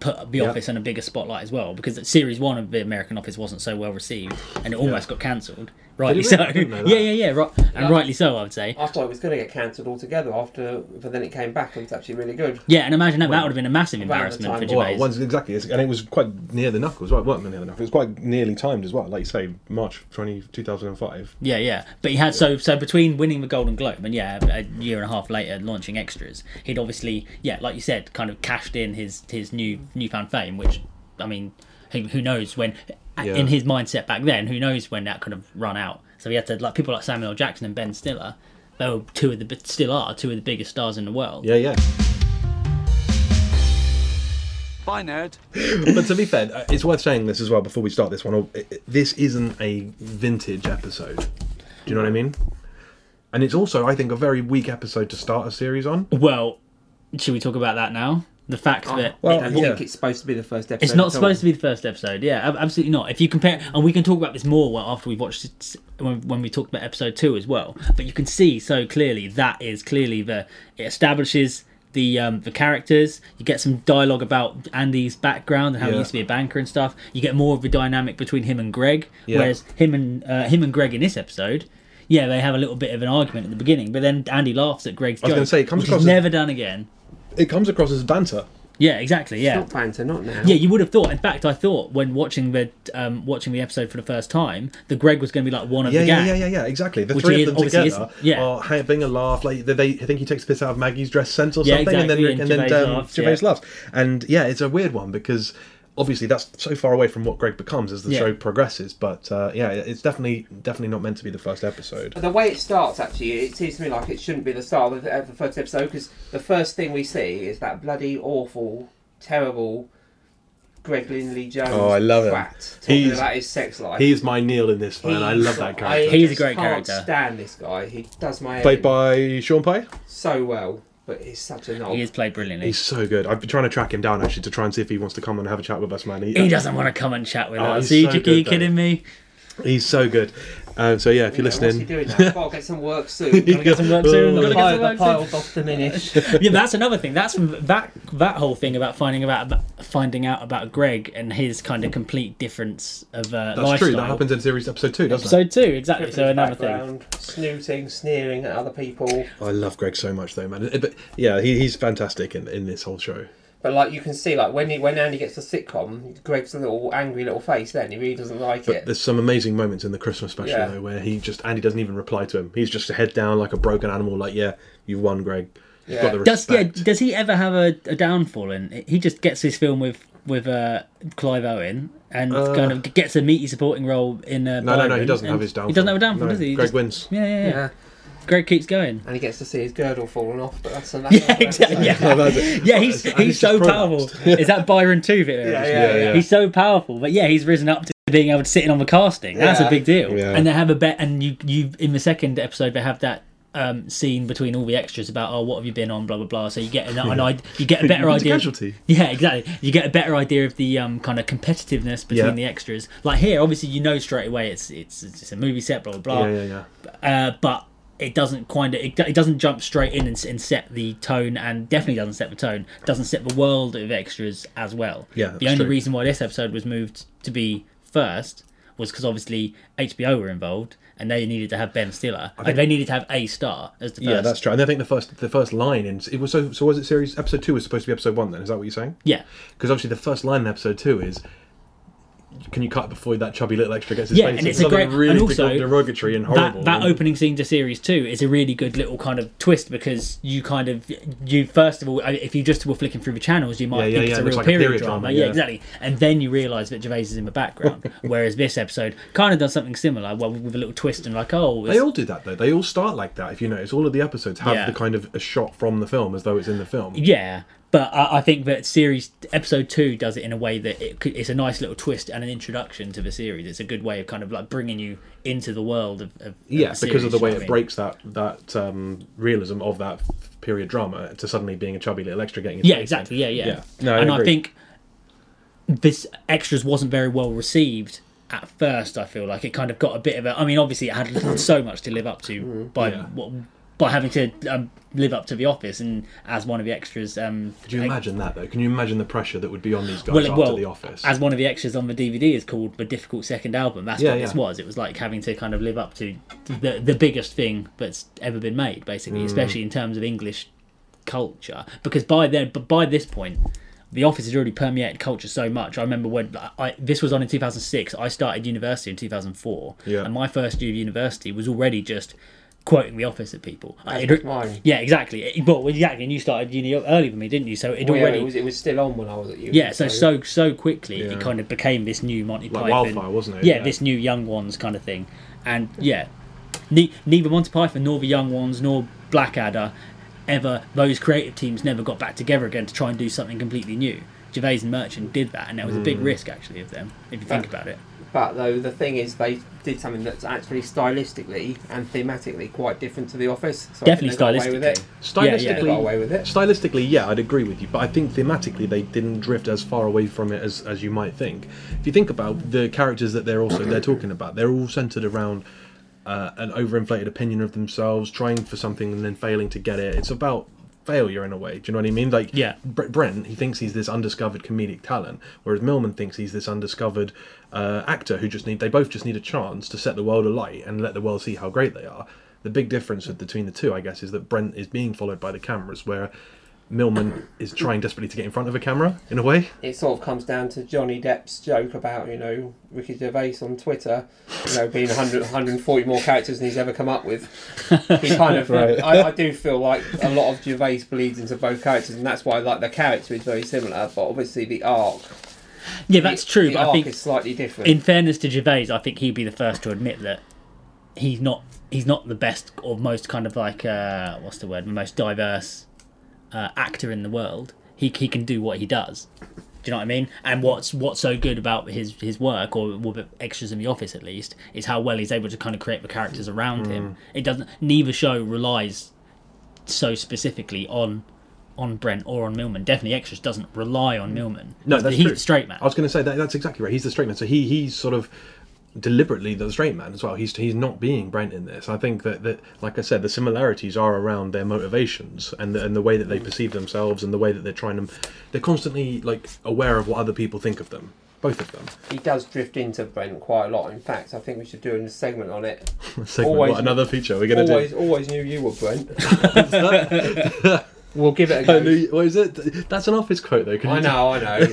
[SPEAKER 7] put The Office in a bigger spotlight as well, because series one of the American Office wasn't so well received, and it almost got cancelled. Rightly
[SPEAKER 6] really?
[SPEAKER 7] so.
[SPEAKER 6] I didn't know that.
[SPEAKER 7] Yeah, yeah, yeah. Right, and rightly so, I would say.
[SPEAKER 5] I thought it was going to get cancelled altogether after, but then it came back and it's actually really good.
[SPEAKER 7] Yeah, and imagine that. that would have been a massive
[SPEAKER 5] About the
[SPEAKER 7] embarrassment
[SPEAKER 5] time-
[SPEAKER 7] for Gervais.
[SPEAKER 6] Well, once, exactly, it's- and it was quite near the knuckles. Well, it weren't near the knuckles. It was quite nearly timed as well. Like you say, March 20, 2005.
[SPEAKER 7] Yeah, yeah. But he had so so between winning the Golden Globe and yeah, a year and a half later launching extras, he'd obviously yeah, like you said, kind of cashed in his his new newfound fame, which I mean, who, who knows when
[SPEAKER 6] Yeah.
[SPEAKER 7] in his mindset back then, who knows when that could have run out. So he had to like people like Samuel L. Jackson and Ben Stiller, they were two of the bi- still are two of the biggest stars in the world.
[SPEAKER 6] Yeah, yeah.
[SPEAKER 9] Bye, nerd.
[SPEAKER 6] but to be fair, uh, it's worth saying this as well before we start this one. Uh, it- This isn't a vintage episode. Do you know what I mean? And it's also, I think, a very weak episode to start a series on.
[SPEAKER 7] Well, should we talk about that now? The fact that
[SPEAKER 5] Well,
[SPEAKER 6] Well,
[SPEAKER 5] I don't
[SPEAKER 6] yeah.
[SPEAKER 5] think it's supposed to be the first episode.
[SPEAKER 7] It's not
[SPEAKER 5] at
[SPEAKER 7] supposed
[SPEAKER 5] all.
[SPEAKER 7] to be the first episode. Yeah, ab- absolutely not. If you compare, and we can talk about this more well after we've watched it, when, when we talked about episode two as well. But you can see so clearly that is clearly the it establishes the um, the characters. You get some dialogue about Andy's background and how he
[SPEAKER 6] Yeah.
[SPEAKER 7] used to be a banker and stuff. You get more of the dynamic between him and Greg,
[SPEAKER 6] Yeah.
[SPEAKER 7] whereas him and uh, him and Greg in this episode. Yeah, they have a little bit of an argument at the beginning, but then Andy laughs at Greg's
[SPEAKER 6] was
[SPEAKER 7] joke,
[SPEAKER 6] gonna say, it comes
[SPEAKER 7] which
[SPEAKER 6] across
[SPEAKER 7] is
[SPEAKER 6] as-
[SPEAKER 7] never done again.
[SPEAKER 6] It comes across as banter.
[SPEAKER 7] Yeah, exactly. Yeah,
[SPEAKER 5] Not banter, not now.
[SPEAKER 7] yeah, you would have thought. In fact, I thought when watching the um, watching the episode for the first time, the Greg was going to be like one of
[SPEAKER 6] Yeah,
[SPEAKER 7] the
[SPEAKER 6] yeah,
[SPEAKER 7] gang.
[SPEAKER 6] yeah, yeah, yeah, exactly. The
[SPEAKER 7] Which
[SPEAKER 6] three
[SPEAKER 7] he
[SPEAKER 6] of them
[SPEAKER 7] obviously
[SPEAKER 6] together
[SPEAKER 7] isn't. Yeah.
[SPEAKER 6] are having a laugh. Like they, they, I think he takes the piss out of Maggie's dress sense or
[SPEAKER 7] Yeah,
[SPEAKER 6] something, and
[SPEAKER 7] exactly,
[SPEAKER 6] then
[SPEAKER 7] and
[SPEAKER 6] and,
[SPEAKER 7] Gervais
[SPEAKER 6] then um,
[SPEAKER 7] laughs,
[SPEAKER 6] Gervais
[SPEAKER 7] yeah.
[SPEAKER 6] laughs. And yeah, it's a weird one because obviously that's so far away from what Greg becomes as the
[SPEAKER 7] Yeah.
[SPEAKER 6] show progresses. But uh, yeah, it's definitely definitely not meant to be the first episode.
[SPEAKER 5] But the way it starts, actually, it seems to me like it shouldn't be the start of the, of the first episode because the first thing we see is that bloody awful, terrible Greg Linley Jones.
[SPEAKER 6] Oh, I love him.
[SPEAKER 5] twat Talking
[SPEAKER 6] He's-
[SPEAKER 5] about his sex life.
[SPEAKER 6] He's my Neil in
[SPEAKER 7] Oh,
[SPEAKER 6] this, man. I
[SPEAKER 5] He's-
[SPEAKER 6] love that
[SPEAKER 5] I
[SPEAKER 6] character.
[SPEAKER 7] He's a
[SPEAKER 5] just
[SPEAKER 7] great
[SPEAKER 5] can't
[SPEAKER 7] character.
[SPEAKER 5] Stand this guy. He does my
[SPEAKER 6] Played
[SPEAKER 5] head in
[SPEAKER 6] by Sean Pye.
[SPEAKER 5] so well, but he's such a knob.
[SPEAKER 7] He is played brilliantly.
[SPEAKER 6] He's so good. I've been trying to track him down actually to try and see if he wants to come and have a chat with us, man.
[SPEAKER 7] he doesn't want to come and chat with
[SPEAKER 6] Oh,
[SPEAKER 7] us.
[SPEAKER 6] he's
[SPEAKER 7] Are you,
[SPEAKER 6] so
[SPEAKER 7] are you
[SPEAKER 6] good, though.
[SPEAKER 7] kidding me?
[SPEAKER 6] He's so good. Um, so yeah, if you're
[SPEAKER 5] You know, What's he
[SPEAKER 6] listening,
[SPEAKER 5] doing now? Gotta get some work soon. Gotta get some work
[SPEAKER 7] soon.
[SPEAKER 5] soon.
[SPEAKER 7] Gotta get some work soon.
[SPEAKER 5] off the finish.
[SPEAKER 7] yeah, that's another thing. That's that that whole thing about finding about, about finding out about Greg and his kind of complete difference of uh,
[SPEAKER 6] that's
[SPEAKER 7] lifestyle.
[SPEAKER 6] true. That happens in series episode two, doesn't
[SPEAKER 7] Episode two, exactly. So another thing.
[SPEAKER 5] Background, Snooting, sneering at other people.
[SPEAKER 6] it? I love Greg so much though, man. But yeah, he, he's fantastic in, in this whole show.
[SPEAKER 5] But like you can see, like when he, when Andy gets the sitcom, Greg's a little angry little face. Then he really doesn't like
[SPEAKER 6] But
[SPEAKER 5] it.
[SPEAKER 6] there's some amazing moments in the Christmas special
[SPEAKER 5] Yeah.
[SPEAKER 6] though, where he just Andy doesn't even reply to him. He's just head down like a broken animal. Like yeah, you've won, Greg. You've
[SPEAKER 5] Yeah.
[SPEAKER 6] got the
[SPEAKER 7] Does yeah?
[SPEAKER 6] respect.
[SPEAKER 7] Does he ever have a, a downfall? And he just gets his film with with uh, Clive Owen and kind of gets a meaty supporting role in. Uh,
[SPEAKER 6] Uh, no, no, no. He
[SPEAKER 7] Byron,
[SPEAKER 6] doesn't
[SPEAKER 7] and
[SPEAKER 6] have his downfall.
[SPEAKER 7] He doesn't have a downfall,
[SPEAKER 6] No,
[SPEAKER 7] does he? He
[SPEAKER 6] Greg
[SPEAKER 7] just-
[SPEAKER 6] wins.
[SPEAKER 7] Yeah, yeah, yeah,
[SPEAKER 5] yeah,
[SPEAKER 7] Greg keeps going.
[SPEAKER 5] and he gets to see his girdle falling off. But that's another.
[SPEAKER 7] Yeah, exactly. Yeah, yeah he's
[SPEAKER 6] and
[SPEAKER 7] he's
[SPEAKER 6] he's just
[SPEAKER 7] so powerful.
[SPEAKER 6] prolapsed.
[SPEAKER 7] Is that Byron too? Victor?
[SPEAKER 5] Yeah, yeah, yeah.
[SPEAKER 7] He's so powerful, but yeah, he's risen up to being able to sit in on the casting. That's
[SPEAKER 5] Yeah.
[SPEAKER 7] a big deal.
[SPEAKER 6] Yeah.
[SPEAKER 7] And they have a bet, and you you in the second episode they have that. Um, scene between all the extras about oh what have you been on blah blah blah so you get an, an idea you get a better
[SPEAKER 6] It's a
[SPEAKER 7] idea of-
[SPEAKER 6] casualty.
[SPEAKER 7] yeah exactly you get a better idea of the um, kind of competitiveness between
[SPEAKER 6] Yeah.
[SPEAKER 7] the Ah. extras like here obviously you know straight away it's it's it's a movie set blah blah blah
[SPEAKER 6] yeah, yeah, yeah.
[SPEAKER 7] uh, but it doesn't kind of it, it doesn't jump straight in and, s- and set the tone and definitely doesn't set the tone doesn't set the world of extras as well
[SPEAKER 6] Yeah,
[SPEAKER 7] the
[SPEAKER 6] that's
[SPEAKER 7] only
[SPEAKER 6] true.
[SPEAKER 7] reason why this episode was moved to be first was because obviously hbo were involved and they needed to have ben stiller like they needed to have a star as the first
[SPEAKER 6] Yeah, that's true. And I think the first the first line in it was so so was it series episode two was supposed to be episode one then? Is that what you're saying?
[SPEAKER 7] yeah
[SPEAKER 6] Because obviously the first line in episode two is, "Can you cut before that chubby little extra gets his
[SPEAKER 7] Yeah,
[SPEAKER 6] face?"
[SPEAKER 7] and
[SPEAKER 6] in?"
[SPEAKER 7] it's a
[SPEAKER 6] something
[SPEAKER 7] great-
[SPEAKER 6] really
[SPEAKER 7] and also
[SPEAKER 6] derog- derogatory and horrible.
[SPEAKER 7] that, that
[SPEAKER 6] and-
[SPEAKER 7] opening scene to series two is a really good little kind of twist because you kind of you first of all I- if you just were flicking through the channels you
[SPEAKER 6] Yeah,
[SPEAKER 7] might
[SPEAKER 6] yeah,
[SPEAKER 7] think
[SPEAKER 6] yeah,
[SPEAKER 7] it's
[SPEAKER 6] it
[SPEAKER 7] a
[SPEAKER 6] looks
[SPEAKER 7] real
[SPEAKER 6] like a
[SPEAKER 7] period,
[SPEAKER 6] period
[SPEAKER 7] drama,
[SPEAKER 6] drama,
[SPEAKER 7] Yeah,
[SPEAKER 6] yeah.
[SPEAKER 7] exactly and then you realise that Gervais is in the background whereas this episode kind of does something similar well with a little twist and like oh
[SPEAKER 6] They
[SPEAKER 7] it's,
[SPEAKER 6] all do that though. They all start like that. If you notice, all of the episodes have
[SPEAKER 7] Yeah.
[SPEAKER 6] the kind of a shot from the film as though it's in the film.
[SPEAKER 7] yeah but I, I think that series episode two does it in a way that it could, it's a nice little twist and an introduction to the series it's a good way of kind of like bringing you into the world of, of
[SPEAKER 6] yeah,
[SPEAKER 7] the
[SPEAKER 6] because of the
[SPEAKER 7] series, you know
[SPEAKER 6] way
[SPEAKER 7] what I
[SPEAKER 6] it
[SPEAKER 7] mean?
[SPEAKER 6] breaks that that um, realism of that period drama to suddenly being a chubby little extra getting. His
[SPEAKER 7] Yeah,
[SPEAKER 6] face in.
[SPEAKER 7] exactly. Yeah, yeah.
[SPEAKER 6] Yeah. No, I
[SPEAKER 7] and I
[SPEAKER 6] agree.
[SPEAKER 7] think this extras wasn't very well received at first. I feel like it kind of got a bit of a. I mean, obviously, it had so much to live up to by
[SPEAKER 6] Mm-hmm. Yeah.
[SPEAKER 7] what by having to um, live up to the office and as one of the extras. Um,
[SPEAKER 6] Could you
[SPEAKER 7] ex-
[SPEAKER 6] imagine that though? Can you imagine the pressure that would be on these guys
[SPEAKER 7] Well, it-
[SPEAKER 6] after
[SPEAKER 7] well,
[SPEAKER 6] the office?
[SPEAKER 7] as one of the extras on the DVD is called the difficult second album. That's
[SPEAKER 6] Yeah,
[SPEAKER 7] what this
[SPEAKER 6] yeah.
[SPEAKER 7] was. It was like having to kind of live up to the the biggest thing that's ever been made, basically,
[SPEAKER 6] Mm.
[SPEAKER 7] especially in terms of English culture. Because by then, but by this point, the office has already permeated culture so much. I remember when I, this was on in 2006. I started university in 2004,
[SPEAKER 6] Yeah.
[SPEAKER 7] and my first year of university was already just quoting the office at people. It-
[SPEAKER 5] was mine.
[SPEAKER 7] yeah, exactly. It, well, exactly. And you started uni earlier than me, didn't you? So it
[SPEAKER 5] Well, yeah,
[SPEAKER 7] already
[SPEAKER 5] it, was, it was still on when I was at you.
[SPEAKER 7] yeah, so so so quickly
[SPEAKER 6] Yeah.
[SPEAKER 7] it kind of became this new Monty
[SPEAKER 6] Like
[SPEAKER 7] Python,
[SPEAKER 6] wildfire, wasn't it?
[SPEAKER 7] Yeah,
[SPEAKER 6] Yeah.
[SPEAKER 7] this new Young Ones kind of thing, and yeah, ne- neither Monty Python nor the Young Ones nor Blackadder ever those creative teams never got back together again to try and do something completely new. Gervais and Merchant did that, and that was a
[SPEAKER 6] Hmm.
[SPEAKER 7] big risk actually of them if you think
[SPEAKER 5] Fact.
[SPEAKER 7] about it.
[SPEAKER 5] But though the thing is, they did something that's actually stylistically and thematically quite different to The Office. So I think
[SPEAKER 7] Definitely
[SPEAKER 5] they got away with it.
[SPEAKER 6] stylistically,
[SPEAKER 7] stylistically. yeah.
[SPEAKER 5] They got away with it.
[SPEAKER 6] stylistically, yeah, I'd agree with you, but I think thematically they didn't drift as far away from it as, as you might think. If you think about the characters that they're also they're talking about, they're all centered around uh, an overinflated opinion of themselves, trying for something and then failing to get it. It's about failure in a way. Do you know what I mean? Like,
[SPEAKER 7] Yeah.
[SPEAKER 6] Br- Brent, he thinks he's this undiscovered comedic talent, whereas Millman thinks he's this undiscovered uh, actor who just need they both just need a chance to set the world alight and let the world see how great they are. The big difference with- between the two, I guess, is that Brent is being followed by the cameras, where Millman is trying desperately to get in front of a camera in a way.
[SPEAKER 5] It sort of comes down to Johnny Depp's joke about, you know, Ricky Gervais on Twitter, you know, being 100, 140 more characters than he's ever come up with. He kind of, I, I do feel like a lot of Gervais bleeds into both characters, and that's why, like, the character is very similar, but obviously the arc.
[SPEAKER 7] Yeah, that's
[SPEAKER 5] the-
[SPEAKER 7] true.
[SPEAKER 5] The
[SPEAKER 7] But
[SPEAKER 5] arc
[SPEAKER 7] I think
[SPEAKER 5] is slightly different.
[SPEAKER 7] in fairness to Gervais, I think he'd be the first to admit that he's not he's not the best or most kind of like uh, what's the word most diverse uh, actor in the world. He he can do what he does. Do you know what I mean? And what's what's so good about his his work, or with the extras in the office at least, is how well he's able to kind of create the characters around
[SPEAKER 6] Hmm.
[SPEAKER 7] him. It doesn't. Neither show relies so specifically on on Brent or on Millman. Definitely, extras doesn't rely on Millman.
[SPEAKER 6] Hmm. No, that's
[SPEAKER 7] he's
[SPEAKER 6] true.
[SPEAKER 7] the straight man.
[SPEAKER 6] I was going to say that that's exactly right. He's the straight man, so he he's sort of deliberately the straight man as well. He's he's not being Brent in this. I think that, that like I said, the similarities are around their motivations and the, and the way that
[SPEAKER 7] Mm.
[SPEAKER 6] they perceive themselves and the way that they're trying to. They're constantly like aware of what other people think of them. Both of them.
[SPEAKER 5] he does drift into Brent quite a lot. In fact, I think we should do a segment on it.
[SPEAKER 6] Segment,
[SPEAKER 5] Always-
[SPEAKER 6] what another feature we're going to
[SPEAKER 5] Always,
[SPEAKER 6] do.
[SPEAKER 5] always knew you were Brent. we'll give it a
[SPEAKER 6] I
[SPEAKER 5] go.
[SPEAKER 6] knew- What is it? That's an office quote though. Can
[SPEAKER 5] I
[SPEAKER 6] you-
[SPEAKER 5] know, I know.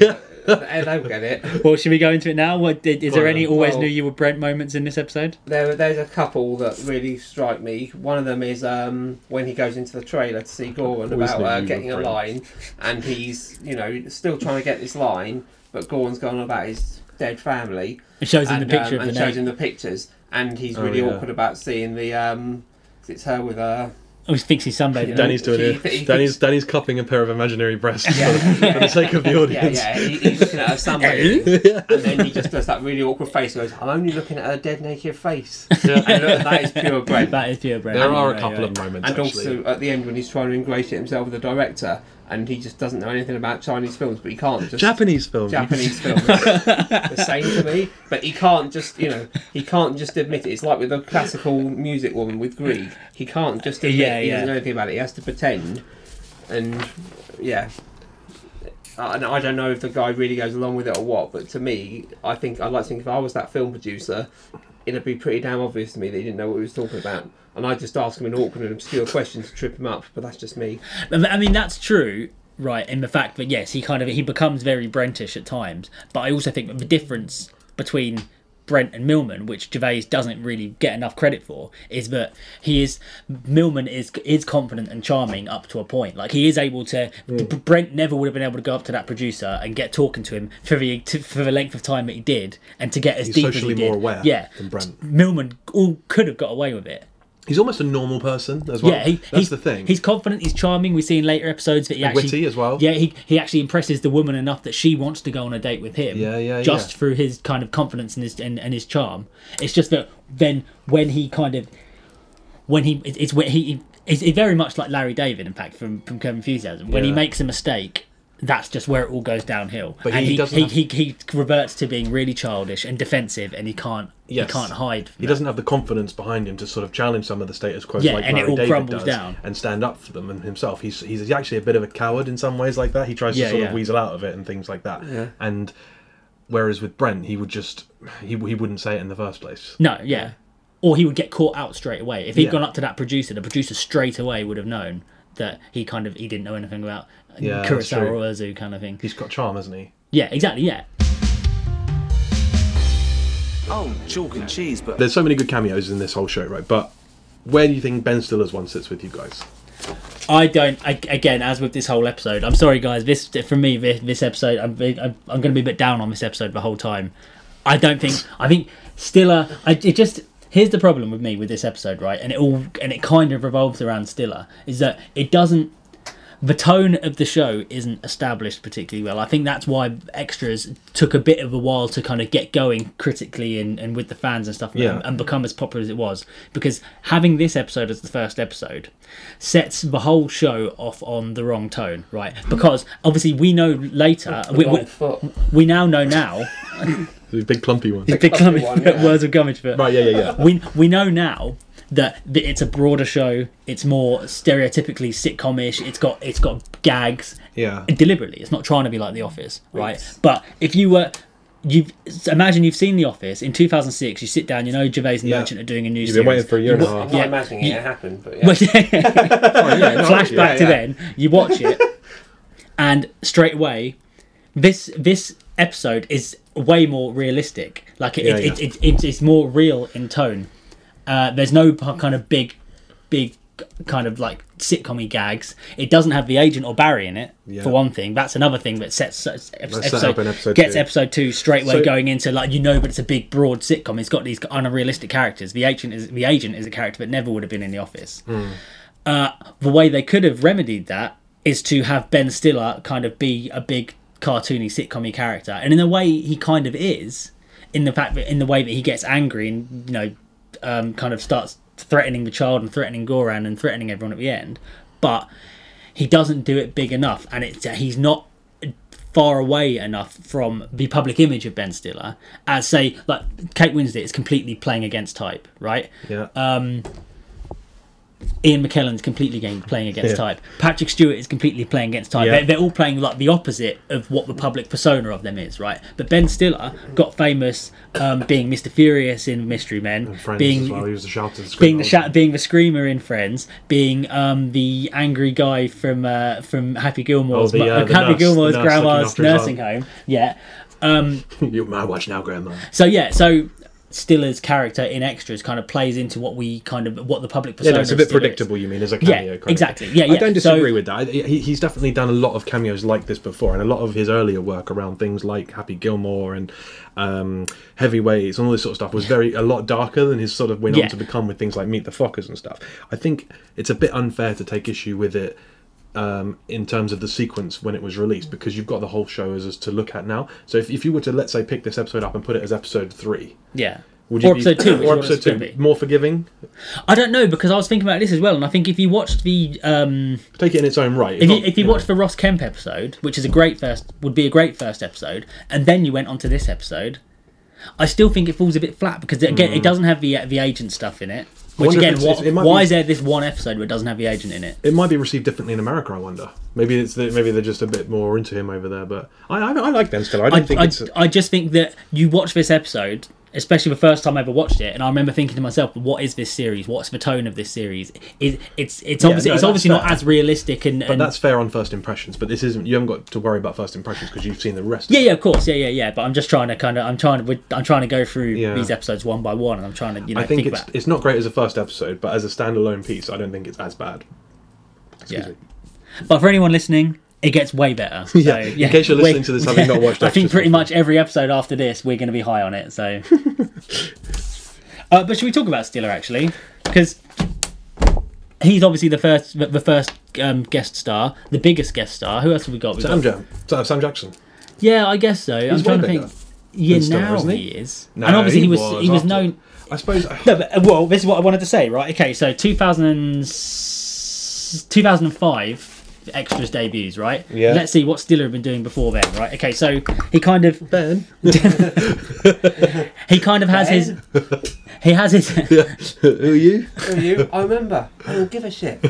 [SPEAKER 5] they don't get it.
[SPEAKER 7] Well, should we go into it now? What did, is
[SPEAKER 6] Go
[SPEAKER 7] there
[SPEAKER 6] on
[SPEAKER 7] any
[SPEAKER 6] then.
[SPEAKER 7] always
[SPEAKER 5] Well-
[SPEAKER 7] knew you were Brent moments in this episode?
[SPEAKER 5] There, there's a couple that really strike me. One of them is um, when he goes into the trailer to see Goran
[SPEAKER 6] Always
[SPEAKER 5] about
[SPEAKER 6] knew
[SPEAKER 5] uh,
[SPEAKER 6] you
[SPEAKER 5] getting
[SPEAKER 6] were
[SPEAKER 5] a
[SPEAKER 6] brave.
[SPEAKER 5] line, and he's you know still trying to get this line, but Goran's gone on about his dead family.
[SPEAKER 7] It shows in
[SPEAKER 5] and,
[SPEAKER 7] the picture
[SPEAKER 5] um,
[SPEAKER 7] of
[SPEAKER 5] and
[SPEAKER 7] the
[SPEAKER 5] shows him
[SPEAKER 7] name.
[SPEAKER 5] the pictures, and he's
[SPEAKER 6] Oh,
[SPEAKER 5] really
[SPEAKER 6] yeah.
[SPEAKER 5] awkward about seeing the. Um, 'cause it's her with a.
[SPEAKER 7] Oh, he thinks he's sunbathing.
[SPEAKER 5] Yeah.
[SPEAKER 6] Danny's doing
[SPEAKER 5] He- he-
[SPEAKER 6] it. Danny's Danny's cupping a pair of imaginary breasts for, the sake of the
[SPEAKER 5] Yeah,
[SPEAKER 6] audience.
[SPEAKER 5] yeah. He, he's looking at her sunbathing, and then he just does that really awkward face. and goes, "I'm only looking at her dead naked face." and look, that is pure Brent.
[SPEAKER 7] That is pure Brent.
[SPEAKER 6] There are a
[SPEAKER 7] Right,
[SPEAKER 6] couple
[SPEAKER 7] right.
[SPEAKER 6] of moments
[SPEAKER 5] And
[SPEAKER 6] actually.
[SPEAKER 5] also at the end when he's trying to ingratiate himself with the director, and he just doesn't know anything about Chinese films, but he can't just
[SPEAKER 6] Japanese film.
[SPEAKER 5] Japanese film. It's the same to me, but he can't just you know he can't just admit it. It's like with the classical music woman with Grieg. He can't just admit
[SPEAKER 7] Yeah,
[SPEAKER 5] he doesn't
[SPEAKER 7] yeah.
[SPEAKER 5] know anything about it. He has to pretend, and yeah. Uh, and I don't know if the guy really goes along with it or what, but to me, I think I'd like to think if I was that film producer, it'd be pretty damn obvious to me that he didn't know what he was talking about. And I'd just ask him an awkward and obscure question to trip him up, but that's just me.
[SPEAKER 7] But, I mean, that's true, right? In the fact that yes, he kind of he becomes very Brentish at times. But I also think that the difference between Brent and Milman, which Gervais doesn't really get enough credit for, is that he is Milman is is confident and charming up to a point. Like he is able to. B- Brent never would have been able to go up to that producer and get talking to him for the to, for the length of time that he did, and to get as
[SPEAKER 6] He's
[SPEAKER 7] deep as
[SPEAKER 6] socially
[SPEAKER 7] he did.
[SPEAKER 6] more aware
[SPEAKER 7] yeah,
[SPEAKER 6] than Brent.
[SPEAKER 7] Milman all could have got away with it.
[SPEAKER 6] He's almost a normal person as well.
[SPEAKER 7] Yeah, he,
[SPEAKER 6] that's
[SPEAKER 7] he's,
[SPEAKER 6] the thing.
[SPEAKER 7] He's confident. He's charming. We see in later episodes that he
[SPEAKER 6] And
[SPEAKER 7] actually
[SPEAKER 6] witty as well.
[SPEAKER 7] Yeah, he, he actually impresses the woman enough that she wants to go on a date with him.
[SPEAKER 6] Yeah, yeah,
[SPEAKER 7] Just
[SPEAKER 6] yeah.
[SPEAKER 7] through his kind of confidence and his and, and his charm. It's just that then when he kind of when he it's it's when he it's it's very much like Larry David, in fact, from from Curb Enthusiasm. When he
[SPEAKER 6] Yeah.
[SPEAKER 7] makes a mistake. That's just where it all goes downhill,
[SPEAKER 6] But
[SPEAKER 7] and
[SPEAKER 6] he
[SPEAKER 7] he
[SPEAKER 6] doesn't
[SPEAKER 7] he,
[SPEAKER 6] have-
[SPEAKER 7] he, he reverts to being really childish and defensive, and he can't
[SPEAKER 6] Yes.
[SPEAKER 7] he can't hide. from
[SPEAKER 6] he
[SPEAKER 7] that.
[SPEAKER 6] doesn't have the confidence behind him to sort of challenge some of the status quo
[SPEAKER 7] Yeah,
[SPEAKER 6] like
[SPEAKER 7] and it
[SPEAKER 6] Larry
[SPEAKER 7] all
[SPEAKER 6] David
[SPEAKER 7] crumbles
[SPEAKER 6] does
[SPEAKER 7] down.
[SPEAKER 6] and stand up for them and himself. He's he's actually a bit of a coward in some ways like that. He tries
[SPEAKER 7] Yeah,
[SPEAKER 6] to sort
[SPEAKER 7] yeah.
[SPEAKER 6] of weasel out of it and things like that. And whereas with Brent, he would just he he wouldn't say it in the first place.
[SPEAKER 7] No, yeah. Or he would get caught out straight away. If he had
[SPEAKER 6] Yeah.
[SPEAKER 7] gone up to that producer, the producer straight away would have known that he kind of he didn't know anything about
[SPEAKER 6] Yeah, that's true.
[SPEAKER 7] Kurosawa or Ozu kind of thing.
[SPEAKER 6] He's got charm, hasn't he?
[SPEAKER 7] Yeah, exactly. Yeah,
[SPEAKER 9] Oh, chalk and cheese, but
[SPEAKER 6] There's so many good cameos in this whole show, right? But where do you think Ben Stiller's one sits with you guys?
[SPEAKER 7] I don't. I, again, as with this whole episode, I'm sorry, guys. This for me, this, this episode, I'm I'm, I'm going to be a bit down on this episode the whole time. I don't think. I think Stiller. I it just here's the problem with me with this episode, right? And it all and it kind of revolves around Stiller. Is that it doesn't. The tone of the show isn't established particularly well. I think that's why extras took a bit of a while to kind of get going critically and, and with the fans and stuff
[SPEAKER 6] Yeah.
[SPEAKER 7] and become as popular as it was. Because having this episode as the first episode, sets the whole show off on the wrong tone, right? Because obviously we know later, we,
[SPEAKER 5] Wrong
[SPEAKER 7] we,
[SPEAKER 5] foot.
[SPEAKER 7] we now know now,
[SPEAKER 6] The big clumpy one.
[SPEAKER 7] big
[SPEAKER 5] Clumsy
[SPEAKER 7] Gummidge-
[SPEAKER 5] one, yeah.
[SPEAKER 7] words of Gummidge, but
[SPEAKER 6] right, yeah, yeah, yeah.
[SPEAKER 7] we we know now that th- it's a broader show. It's more stereotypically sitcom-ish. It's got it's got gags.
[SPEAKER 6] Yeah.
[SPEAKER 7] Deliberately, it's not trying to be like The Office, right?
[SPEAKER 5] Yes.
[SPEAKER 7] But if you were you have imagine you've seen The Office in 2006. You sit down, you know Gervais and
[SPEAKER 6] Yeah.
[SPEAKER 7] Merchant are doing a new.
[SPEAKER 6] You've
[SPEAKER 7] series.
[SPEAKER 6] been waiting for a year and a half.
[SPEAKER 5] I'm
[SPEAKER 7] Yeah.
[SPEAKER 5] not imagining
[SPEAKER 7] You-
[SPEAKER 5] it happened, but yeah.
[SPEAKER 7] Well, yeah. flashback
[SPEAKER 6] yeah,
[SPEAKER 7] to
[SPEAKER 6] yeah.
[SPEAKER 7] then. You watch it, and straight away, this this episode is way more realistic. Like it,
[SPEAKER 6] Yeah,
[SPEAKER 7] it,
[SPEAKER 6] yeah.
[SPEAKER 7] It, it, it's more real in tone. Uh, there's no p- kind of big, big kind of like sitcom gags. It doesn't have the agent or Barry in it
[SPEAKER 6] Yeah.
[SPEAKER 7] for one thing. That's another thing that sets, sets
[SPEAKER 6] set
[SPEAKER 7] episode,
[SPEAKER 6] up in episode
[SPEAKER 7] gets
[SPEAKER 6] two.
[SPEAKER 7] episode two straight away
[SPEAKER 6] So-
[SPEAKER 7] going into like you know, but it's a big broad sitcom. It's got these unrealistic characters. The agent is the agent is a character that never would have been in the office Uh, the way they could have remedied that is to have Ben Stiller kind of be a big cartoony sitcom character, and in a way he kind of is, in the fact that in the way that he gets angry and you know, um, kind of starts threatening the child and threatening Goran and threatening everyone at the end, but he doesn't do it big enough, and it's uh, he's not far away enough from the public image of Ben Stiller as say like Kate Winslet is completely playing against type, right?
[SPEAKER 6] Yeah.
[SPEAKER 7] Uh, Ian McKellen's completely game, playing against
[SPEAKER 6] Yeah.
[SPEAKER 7] type. Patrick Stewart is completely playing against type.
[SPEAKER 6] Yeah.
[SPEAKER 7] They're, they're all playing like the opposite of what the public persona of them is, right? But Ben Stiller got famous um, being Mr. Furious in Mystery Men,
[SPEAKER 6] Friends
[SPEAKER 7] being
[SPEAKER 6] as well. He was the shouted screamer.
[SPEAKER 7] being the sha- being the screamer in Friends, being um, the angry guy from uh, from Happy Gilmore's
[SPEAKER 6] Oh, the,
[SPEAKER 7] mu-
[SPEAKER 6] uh, the
[SPEAKER 7] Happy
[SPEAKER 6] nurse-
[SPEAKER 7] Gilmore's
[SPEAKER 6] the nurse looking
[SPEAKER 7] grandma's
[SPEAKER 6] after his
[SPEAKER 7] nursing home. Yeah. Um,
[SPEAKER 6] You're my watch now, Grandma.
[SPEAKER 7] so yeah, so Stiller's character in Extras kind of plays into what we kind of what the public
[SPEAKER 6] Yeah,
[SPEAKER 7] persona.
[SPEAKER 6] no, it's a
[SPEAKER 7] of
[SPEAKER 6] bit
[SPEAKER 7] Stiller is.
[SPEAKER 6] predictable. You mean as a cameo? kind of thing.
[SPEAKER 7] exactly. Yeah,
[SPEAKER 6] I
[SPEAKER 7] yeah.
[SPEAKER 6] don't disagree
[SPEAKER 7] So-
[SPEAKER 6] with that. He, he's definitely done a lot of cameos like this before, and a lot of his earlier work around things like Happy Gilmore and um, Heavyweights and all this sort of stuff was very a lot darker than his sort of went
[SPEAKER 7] Yeah.
[SPEAKER 6] on to become with things like Meet the Fockers and stuff. I think it's a bit unfair to take issue with it. Um, in terms of the sequence when it was released, because you've got the whole show as, as to look at now. So if, if you were to let's say pick this episode up and put it as episode three,
[SPEAKER 7] Yeah.
[SPEAKER 6] Would you
[SPEAKER 7] Or
[SPEAKER 6] be-
[SPEAKER 7] episode two, which
[SPEAKER 6] or
[SPEAKER 7] one
[SPEAKER 6] episode
[SPEAKER 7] it's gonna
[SPEAKER 6] two,
[SPEAKER 7] be.
[SPEAKER 6] more forgiving?
[SPEAKER 7] I don't know because I was thinking about this as well, and I think if you watched the um,
[SPEAKER 6] Take it in its own right.
[SPEAKER 7] if you,
[SPEAKER 6] not-
[SPEAKER 7] if you
[SPEAKER 6] know.
[SPEAKER 7] watched the Ross Kemp episode, which is a great first, would be a great first episode, and then you went on to this episode, I still think it falls a bit flat because again, it doesn't have the the agent stuff in it. Which
[SPEAKER 6] Mm. wonder if
[SPEAKER 7] again,
[SPEAKER 6] it's-
[SPEAKER 7] wh-
[SPEAKER 6] it might
[SPEAKER 7] why
[SPEAKER 6] be-
[SPEAKER 7] is there this one episode where it doesn't have the agent in it?
[SPEAKER 6] it might be received differently in America. I wonder. Maybe it's the, maybe they're just a bit more into him over there. But I I, I like them still. I
[SPEAKER 7] I,
[SPEAKER 6] don't think
[SPEAKER 7] I,
[SPEAKER 6] it's.
[SPEAKER 7] I just think that you watch this episode, especially the first time I ever watched it, and I remember thinking to myself, "What is this series? What's the tone of this series? Is it's it's obviously
[SPEAKER 6] no,
[SPEAKER 7] it's
[SPEAKER 6] that's
[SPEAKER 7] obviously not
[SPEAKER 6] fair.
[SPEAKER 7] as realistic and,
[SPEAKER 6] but
[SPEAKER 7] and
[SPEAKER 6] that's fair on first impressions. But this isn't. You haven't got to worry about first impressions because you've seen the rest.
[SPEAKER 7] yeah, yeah, of course, yeah, yeah, yeah." But I'm just trying to kind of I'm trying to with- I'm trying to go through
[SPEAKER 6] Yeah.
[SPEAKER 7] these episodes one by one, and I'm trying to you know
[SPEAKER 6] I think it's
[SPEAKER 7] about
[SPEAKER 6] it's not great as a first episode, but as a standalone piece, I don't think it's as bad.
[SPEAKER 7] yeah.
[SPEAKER 6] me.
[SPEAKER 7] But for anyone listening. It gets way better. So,
[SPEAKER 6] Yeah, in case you're
[SPEAKER 7] we-
[SPEAKER 6] listening to this having not watched
[SPEAKER 7] I think
[SPEAKER 6] Extras
[SPEAKER 7] pretty
[SPEAKER 6] before.
[SPEAKER 7] much every episode after this, we're going to be high on it. So, uh, but should we talk about Stiller actually? Because he's obviously the first the- the first um, guest star, the biggest guest star. Who else have we got? We've
[SPEAKER 6] Sam
[SPEAKER 7] got-
[SPEAKER 6] Jam, Sam, Sam Jackson.
[SPEAKER 7] Yeah, I guess so. I'm
[SPEAKER 6] way
[SPEAKER 7] trying to
[SPEAKER 6] bigger
[SPEAKER 7] think. Yeah,
[SPEAKER 6] Stiller,
[SPEAKER 7] now
[SPEAKER 6] isn't
[SPEAKER 7] he?
[SPEAKER 6] he?
[SPEAKER 7] is.
[SPEAKER 6] No,
[SPEAKER 7] and obviously
[SPEAKER 6] he
[SPEAKER 7] he was
[SPEAKER 6] was
[SPEAKER 7] he was
[SPEAKER 6] after.
[SPEAKER 7] known.
[SPEAKER 6] I suppose.
[SPEAKER 7] No, but, uh, well, this is what I wanted to say, right? Okay, so 2000, 2005 the extras debuts, right?
[SPEAKER 6] Yeah.
[SPEAKER 7] Let's see what Stiller had been doing before then, right? Okay, so he kind of
[SPEAKER 6] Ben.
[SPEAKER 7] he kind of has his he has his
[SPEAKER 6] Who are you?
[SPEAKER 5] Who are you? I remember. I don't give a shit.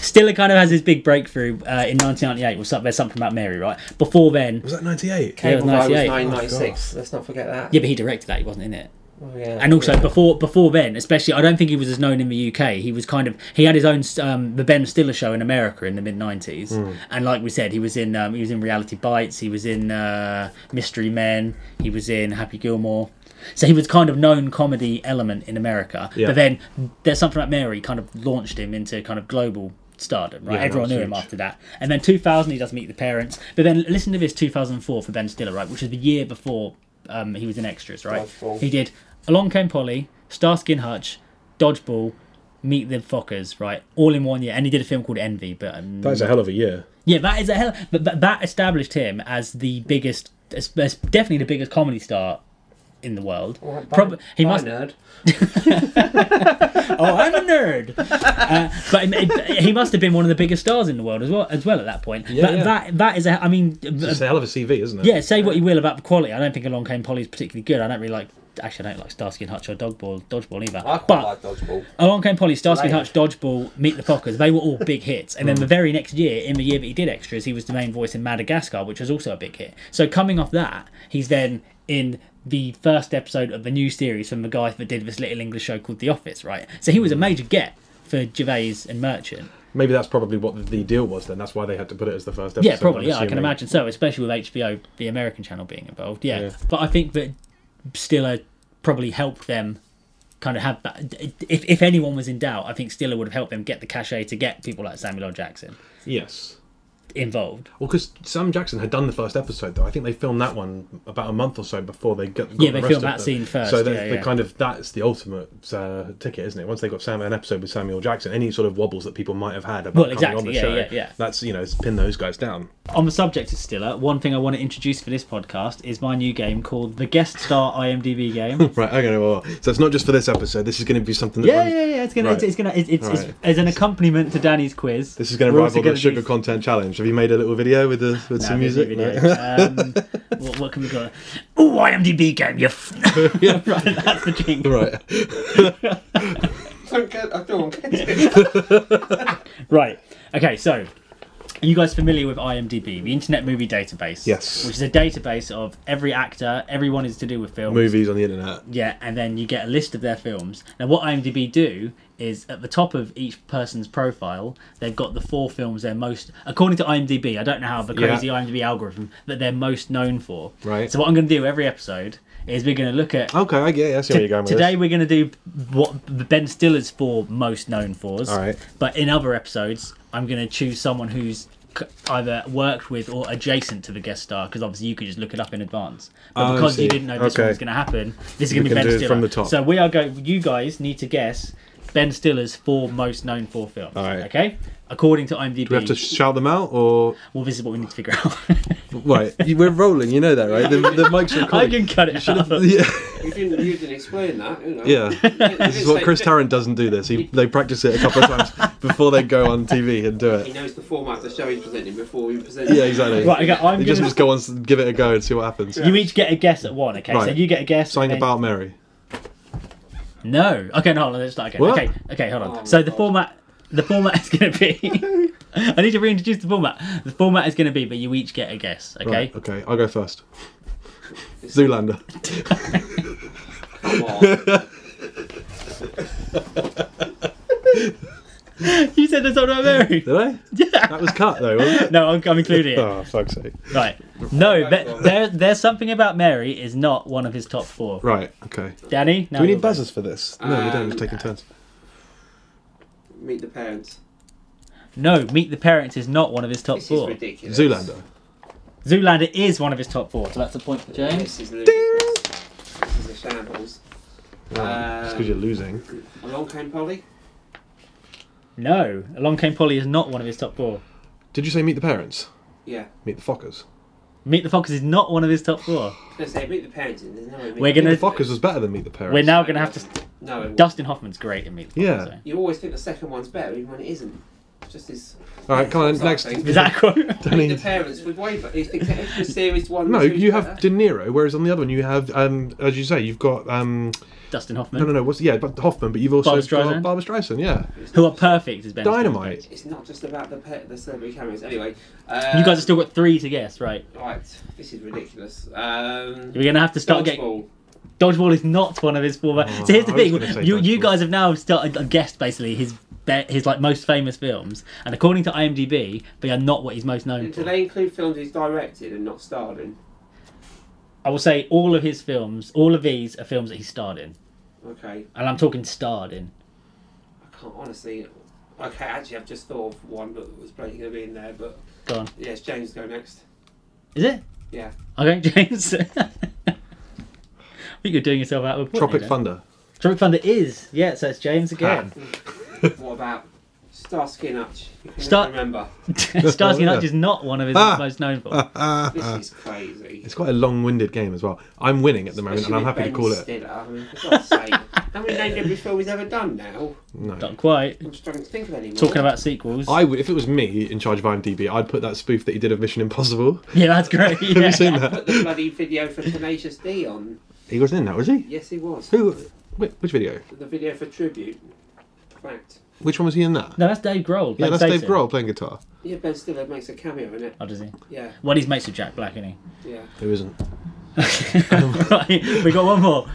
[SPEAKER 7] Stiller kind of has his big breakthrough uh, in 1998 with some, there's something about Mary, right? Before then,
[SPEAKER 6] Was that ninety eight?
[SPEAKER 7] Yeah, it was
[SPEAKER 5] Cable Guy was
[SPEAKER 7] 98.
[SPEAKER 5] 1996. Let's not forget that.
[SPEAKER 7] yeah, but he directed that, he wasn't in it.
[SPEAKER 5] Oh, yeah.
[SPEAKER 7] And also
[SPEAKER 5] Yeah.
[SPEAKER 7] before before then, especially, I don't think he was as known in the UK. He was kind of he had his own um, the Ben Stiller show in America in the mid '90s,
[SPEAKER 6] Hmm.
[SPEAKER 7] and like we said, he was in um, he was in Reality Bites, he was in uh, Mystery Men, he was in Happy Gilmore. So he was kind of known comedy element in America,
[SPEAKER 6] Yeah.
[SPEAKER 7] but then there's something about Mary kind of launched him into kind of global stardom. Right,
[SPEAKER 6] Yeah,
[SPEAKER 7] everyone
[SPEAKER 6] that
[SPEAKER 7] knew
[SPEAKER 6] was
[SPEAKER 7] him
[SPEAKER 6] huge.
[SPEAKER 7] after that, and then 2000 he does Meet the Parents, but then listen to this 2004 for Ben Stiller, right, which is the year before um, he was in Extras, right?
[SPEAKER 5] Dodgeball.
[SPEAKER 7] He did Along Came Polly, Starsky and Hutch, Dodgeball, Meet the Fockers, right? All in one year. And he did a film called Envy, but um,
[SPEAKER 6] That's a hell of a year.
[SPEAKER 7] yeah, that is a hell. But that, that established him as the biggest, as, as definitely the biggest comedy star in the world.
[SPEAKER 5] Alright, bye-
[SPEAKER 7] Prob- he
[SPEAKER 5] bye,
[SPEAKER 7] must.
[SPEAKER 5] nerd.
[SPEAKER 7] Oh, I'm a nerd. uh, but it- it- he must have been one of the biggest stars in the world as well. As well at that point.
[SPEAKER 6] Yeah,
[SPEAKER 7] that,
[SPEAKER 6] yeah.
[SPEAKER 7] that that is a. I mean, uh,
[SPEAKER 6] It's a hell of a CV, isn't it?
[SPEAKER 7] Yeah, say what you will about the quality. I don't think Along Came Polly is particularly good. I don't really like. Actually, I don't like Starsky and Hutch or Dogball, Dodgeball either.
[SPEAKER 5] I quite
[SPEAKER 7] but
[SPEAKER 5] like dodgeball.
[SPEAKER 7] Along Came Polly, Starsky and
[SPEAKER 5] Later.
[SPEAKER 7] Hutch, Dodgeball, Meet the Fockers. They were all big hits. And then the very next year, in the year that he did extras, he was the main voice in Madagascar, which was also a big hit. So coming off that, he's then in the first episode of the new series from the guy that did this little English show called The Office, right? So he was a major get for Gervais and Merchant.
[SPEAKER 6] Maybe that's probably what the deal was then. That's why they had to put it as the first episode.
[SPEAKER 7] Yeah, probably.
[SPEAKER 6] I'm
[SPEAKER 7] Yeah, I can
[SPEAKER 6] assuming.
[SPEAKER 7] imagine so, especially with HBO, the American channel being involved. Yeah, but I think that Stiller probably helped them kind of have that. If if anyone was in doubt, I think Stiller would have helped them get the cachet to get people like Samuel L. Jackson
[SPEAKER 6] Yes.
[SPEAKER 7] involved.
[SPEAKER 6] Well, because Sam Jackson had done the first episode, though I think they filmed that one about a month or so before they got. got
[SPEAKER 7] Yeah,
[SPEAKER 6] the
[SPEAKER 7] they
[SPEAKER 6] rest
[SPEAKER 7] filmed
[SPEAKER 6] of
[SPEAKER 7] that
[SPEAKER 6] them.
[SPEAKER 7] scene first,
[SPEAKER 6] So that's
[SPEAKER 7] yeah,
[SPEAKER 6] the
[SPEAKER 7] yeah.
[SPEAKER 6] kind of that's the ultimate uh, ticket, isn't it? Once they got Sam an episode with Samuel Jackson, any sort of wobbles that people might have had about
[SPEAKER 7] Well,
[SPEAKER 6] coming
[SPEAKER 7] exactly,
[SPEAKER 6] on the
[SPEAKER 7] yeah,
[SPEAKER 6] show,
[SPEAKER 7] yeah, yeah.
[SPEAKER 6] that's you know it's pin those guys down.
[SPEAKER 7] On the subject of Stiller, one thing I want to introduce for this podcast is my new game called the Guest Star IMDb game.
[SPEAKER 6] Right. Okay. Well, so it's not just for this episode. This is going to be something. That
[SPEAKER 7] Yeah,
[SPEAKER 6] runs-
[SPEAKER 7] yeah, yeah. It's gonna,
[SPEAKER 6] Right.
[SPEAKER 7] it's, it's gonna, it's, it's, it's
[SPEAKER 6] Right.
[SPEAKER 7] as an accompaniment to Danny's quiz.
[SPEAKER 6] This is going to
[SPEAKER 7] we're also
[SPEAKER 6] rival the
[SPEAKER 7] gonna do
[SPEAKER 6] sugar content challenge. Have you made a little video with the with some
[SPEAKER 7] Nah,
[SPEAKER 6] music?
[SPEAKER 7] busy video.
[SPEAKER 6] No.
[SPEAKER 7] um, what, what can we call it? Oh, IMDb game. You. F- right, that's the jingle.
[SPEAKER 6] Right.
[SPEAKER 5] Don't get, I don't get it.
[SPEAKER 7] Right. Okay, so. Are you guys familiar with IMDb, the Internet Movie Database?
[SPEAKER 6] Yes.
[SPEAKER 7] Which is a database of every actor, everyone is to do with films.
[SPEAKER 6] Movies on the internet.
[SPEAKER 7] Yeah, and then you get a list of their films. Now, what IMDb do is at the top of each person's profile, they've got the four films they're most, according to IMDb, I don't know how the
[SPEAKER 6] Yeah.
[SPEAKER 7] crazy IMDb algorithm that they're most known for.
[SPEAKER 6] Right.
[SPEAKER 7] So what I'm going to do every episode is we're going to look at.
[SPEAKER 6] Okay. I get. It. I see where you're going with
[SPEAKER 7] Today
[SPEAKER 6] this.
[SPEAKER 7] we're going to do what Ben Stiller's for most known for's.
[SPEAKER 6] All right.
[SPEAKER 7] But in other episodes, I'm going to choose someone who's c- either worked with or adjacent to the guest star because obviously you could just look it up in advance. But
[SPEAKER 6] Oh, I
[SPEAKER 7] because you
[SPEAKER 6] see.
[SPEAKER 7] didn't know this
[SPEAKER 6] Okay.
[SPEAKER 7] one was going to happen, this is
[SPEAKER 6] We
[SPEAKER 7] going to
[SPEAKER 6] can
[SPEAKER 7] be Ben
[SPEAKER 6] do it
[SPEAKER 7] Stiller.
[SPEAKER 6] from the top.
[SPEAKER 7] So we are going. You guys need to guess Ben Stiller's four most known for films.
[SPEAKER 6] All right.
[SPEAKER 7] Okay, according to IMDb.
[SPEAKER 6] Do we have to shout them out or
[SPEAKER 7] well, this is what we need to figure out.
[SPEAKER 6] right? you- We're rolling. You know that, right? The, the mic's
[SPEAKER 7] I
[SPEAKER 6] recording.
[SPEAKER 7] can cut it out.
[SPEAKER 6] Yeah,
[SPEAKER 5] You didn't, you didn't explain that. You know.
[SPEAKER 6] yeah. This is what Chris Tarrant doesn't do. This he, they practice it a couple of times before they go on TV and do
[SPEAKER 5] He
[SPEAKER 6] it.
[SPEAKER 5] knows the format of the show he's presenting before he presents.
[SPEAKER 6] Yeah, exactly.
[SPEAKER 7] Right, okay, I'm
[SPEAKER 6] They just
[SPEAKER 7] gonna-
[SPEAKER 6] must go on, s- give it a go, and see what happens.
[SPEAKER 7] You each get a guess at one. Okay, so
[SPEAKER 6] Right.
[SPEAKER 7] you get a guess.
[SPEAKER 6] Something
[SPEAKER 7] and then-
[SPEAKER 6] about Mary.
[SPEAKER 7] No. Okay, no, hold on. Let's start again.
[SPEAKER 6] What?
[SPEAKER 7] Okay, okay, hold on.
[SPEAKER 5] Oh,
[SPEAKER 7] so the
[SPEAKER 5] God.
[SPEAKER 7] format, the format is going to be. I need to reintroduce the format. The format is going to be, but you each get a guess. Okay.
[SPEAKER 6] Right, okay, I'll go first. Zoolander.
[SPEAKER 5] Come on.
[SPEAKER 7] You said there's something about Mary.
[SPEAKER 6] Did I? Yeah. That was cut though, wasn't it?
[SPEAKER 7] No, I'm, I'm including it.
[SPEAKER 6] Oh, fuck's sake.
[SPEAKER 7] Right. No, but there, there's something about Mary is not one of his top four.
[SPEAKER 6] Right, okay.
[SPEAKER 7] Danny, no.
[SPEAKER 6] Do we need buzzers for this? No, we
[SPEAKER 5] Um,
[SPEAKER 6] don't. We're taking turns.
[SPEAKER 5] Meet the parents.
[SPEAKER 7] No, Meet the Parents is not one of his top
[SPEAKER 5] This is
[SPEAKER 7] four.
[SPEAKER 5] ridiculous.
[SPEAKER 6] Zoolander.
[SPEAKER 7] Zoolander is one of his top four, so that's a point for James.
[SPEAKER 5] This is ludicrous. This is a shambles.
[SPEAKER 6] Just because you're losing.
[SPEAKER 5] Along came Polly.
[SPEAKER 7] No, Along Came Polly is not one of his top four.
[SPEAKER 6] Did you say meet the parents?
[SPEAKER 5] Yeah.
[SPEAKER 6] Meet the Fockers.
[SPEAKER 7] Meet the Foxes is not one of his top four.
[SPEAKER 5] Let's say meet the parents. and There's no way. Meet
[SPEAKER 7] We're
[SPEAKER 5] the-
[SPEAKER 6] Meet
[SPEAKER 7] gonna-
[SPEAKER 6] the Fockers was better than meet the parents.
[SPEAKER 7] We're now going to have to
[SPEAKER 5] No. It
[SPEAKER 7] Dustin Hoffman's great in Meet the
[SPEAKER 6] Yeah.
[SPEAKER 7] Fockers,
[SPEAKER 5] You always think the second one's better, even when it isn't. It's just this.
[SPEAKER 6] All right, come on.
[SPEAKER 5] Sorry,
[SPEAKER 6] Next.
[SPEAKER 5] thanks.
[SPEAKER 7] though. Is that a quote?
[SPEAKER 6] Danny.
[SPEAKER 5] The parents with way, but it's the it's the series one.
[SPEAKER 6] No,
[SPEAKER 5] two,
[SPEAKER 6] you have
[SPEAKER 5] better.
[SPEAKER 6] De Niro, whereas on the other one you have, um, as you say, you've got um,
[SPEAKER 7] Dustin Hoffman,
[SPEAKER 6] no, no, no, what's yeah, but Hoffman, but you've also
[SPEAKER 7] Barbra Streisand?
[SPEAKER 6] got Barbara Streisand, yeah,
[SPEAKER 7] who are perfect as Ben. Stiller's
[SPEAKER 6] Dynamite.
[SPEAKER 5] It's not just about the pet, the celebrity cameos. Anyway, uh,
[SPEAKER 7] great. You guys have still got three to guess, right?
[SPEAKER 5] right. This is ridiculous. Um,
[SPEAKER 7] We're going to have to start getting.
[SPEAKER 5] dodgeball.
[SPEAKER 7] Dodgeball is not one of his four. so here's the
[SPEAKER 6] Oh, I was
[SPEAKER 7] thing:
[SPEAKER 6] gonna say
[SPEAKER 7] you you
[SPEAKER 6] Dodgeball.
[SPEAKER 7] guys have now started I've guessed basically his be- his like most famous films, and according to IMDb, they are not what he's most known
[SPEAKER 5] Do
[SPEAKER 7] for.
[SPEAKER 5] they include films he's directed and not starred in?
[SPEAKER 7] I will say all of his films, all of these are films that he starred in,
[SPEAKER 5] Okay,
[SPEAKER 7] and I'm talking starred in.
[SPEAKER 5] I can't honestly. Okay, actually, I've just thought of one that was probably going to be in there, but
[SPEAKER 7] Go on,
[SPEAKER 5] yes, James go next.
[SPEAKER 7] is it?
[SPEAKER 5] Yeah.
[SPEAKER 7] Okay, James. I think you're doing yourself out of a point
[SPEAKER 6] Tropic
[SPEAKER 7] there, Dan.
[SPEAKER 6] Thunder.
[SPEAKER 7] Tropic Thunder is yeah. So it's James again.
[SPEAKER 5] What about Starsky and Hutch? You can
[SPEAKER 7] Star-
[SPEAKER 5] remember.
[SPEAKER 7] Starsky and
[SPEAKER 6] Oh, Yeah.
[SPEAKER 7] Hutch is not one of his
[SPEAKER 6] Ah.
[SPEAKER 7] most known for.
[SPEAKER 5] This is crazy.
[SPEAKER 6] It's quite a long-winded game as well. I'm winning at the moment, and I'm happy to call it.
[SPEAKER 5] Stiller. I mean, for God's sake. How many named every film he's ever done now?
[SPEAKER 6] No.
[SPEAKER 7] Not quite.
[SPEAKER 5] I'm struggling to think of any more.
[SPEAKER 7] Talking about sequels.
[SPEAKER 6] I would, if it was me in charge of IMDb, I'd put that spoof that he did of Mission Impossible.
[SPEAKER 7] Yeah, that's great.
[SPEAKER 6] Have
[SPEAKER 7] yeah.
[SPEAKER 6] you seen
[SPEAKER 5] Put
[SPEAKER 6] that?
[SPEAKER 5] the bloody video for Tenacious D on.
[SPEAKER 6] He was in that, was he?
[SPEAKER 5] Yes, he was.
[SPEAKER 6] Who? Wait, which video?
[SPEAKER 5] The video for tribute. Fact.
[SPEAKER 6] Which one was he in that?
[SPEAKER 7] No, that's Dave Grohl.
[SPEAKER 6] yeah,
[SPEAKER 7] playing
[SPEAKER 6] that's Dave
[SPEAKER 7] Satan.
[SPEAKER 6] Grohl playing guitar.
[SPEAKER 5] Yeah, Ben Stiller makes a cameo in it.
[SPEAKER 7] Oh, does he?
[SPEAKER 5] Yeah,
[SPEAKER 7] Well, he's mates with Jack Black, isn't he?
[SPEAKER 5] yeah.
[SPEAKER 6] Who isn't?
[SPEAKER 7] right, we got one more.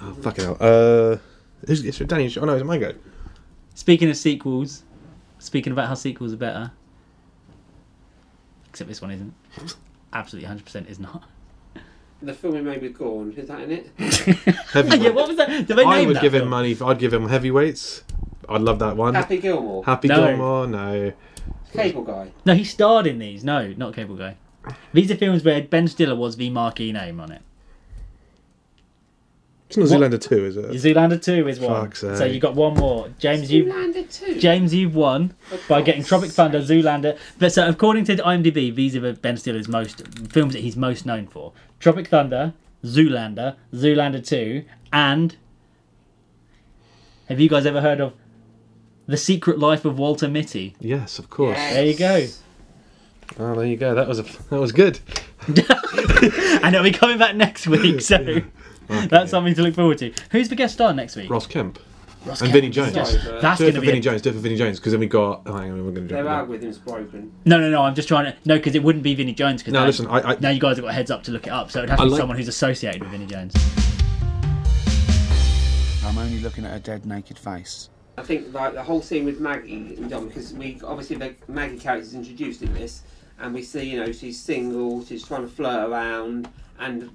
[SPEAKER 6] Oh, fucking hell. Uh, it's, it's Danny. it's- Oh no, it's my go.
[SPEAKER 7] Speaking of sequels, speaking about how sequels are better, except this one isn't. Absolutely, 100% is not.
[SPEAKER 5] The film he made with Gorn, is that in it?
[SPEAKER 6] Heavyweight.
[SPEAKER 7] yeah, what was that? Did they name
[SPEAKER 6] I would
[SPEAKER 7] that
[SPEAKER 6] give him
[SPEAKER 7] film?
[SPEAKER 6] money. I'd give him heavyweights. I'd love that one. Happy,
[SPEAKER 5] Happy Gilmore.
[SPEAKER 7] No.
[SPEAKER 6] Gilmore. No.
[SPEAKER 5] Cable Guy.
[SPEAKER 7] No, he starred in these. No, not Cable Guy. These are films where Ben Stiller was the marquee name on it.
[SPEAKER 6] It's not
[SPEAKER 7] What-
[SPEAKER 6] Zoolander two, is it?
[SPEAKER 7] Zoolander 2 is one.
[SPEAKER 6] Fuck's
[SPEAKER 7] so
[SPEAKER 6] sake.
[SPEAKER 7] you got one more. James, you
[SPEAKER 5] Zoolander too.
[SPEAKER 7] James, you've won by getting Tropic Thunder, Zoolander. But so, according to IMDb, these are the Ben Stiller's most films that he's most known for: Tropic Thunder, Zoolander, Zoolander Two, and have you guys ever heard of The Secret Life of Walter Mitty?
[SPEAKER 6] Yes, of course.
[SPEAKER 5] Yes.
[SPEAKER 7] There you go.
[SPEAKER 6] Oh, there you go. That was a that was good.
[SPEAKER 7] And it'll be coming back next week, so that's something to look forward to. Who's the guest star next week?
[SPEAKER 6] Ross Kemp.
[SPEAKER 7] Ross
[SPEAKER 6] and
[SPEAKER 7] Kemp.
[SPEAKER 6] Vinnie Jones.
[SPEAKER 5] Sorry, but
[SPEAKER 7] That's
[SPEAKER 6] Do it
[SPEAKER 7] going
[SPEAKER 6] for
[SPEAKER 7] to be
[SPEAKER 6] Vinnie
[SPEAKER 7] a,
[SPEAKER 6] Jones. Do it for Vinnie Jones because then we got. Oh, hang on, we're going to
[SPEAKER 5] Their
[SPEAKER 6] jump.
[SPEAKER 5] algorithm's broken.
[SPEAKER 7] no, no, no. I'm just trying to no, because it wouldn't be Vinnie Jones. Because
[SPEAKER 6] No, listen, I- I-
[SPEAKER 7] now you guys have got a heads up to look it up, so it'd have to
[SPEAKER 6] I
[SPEAKER 7] be
[SPEAKER 6] like-
[SPEAKER 7] someone who's associated with Vinnie Jones.
[SPEAKER 4] I'm only looking at a dead naked face.
[SPEAKER 5] I think like the whole scene with Maggie and Dom, because we obviously the Maggie character is introduced in this, and we see you know she's single, she's trying to flirt around, and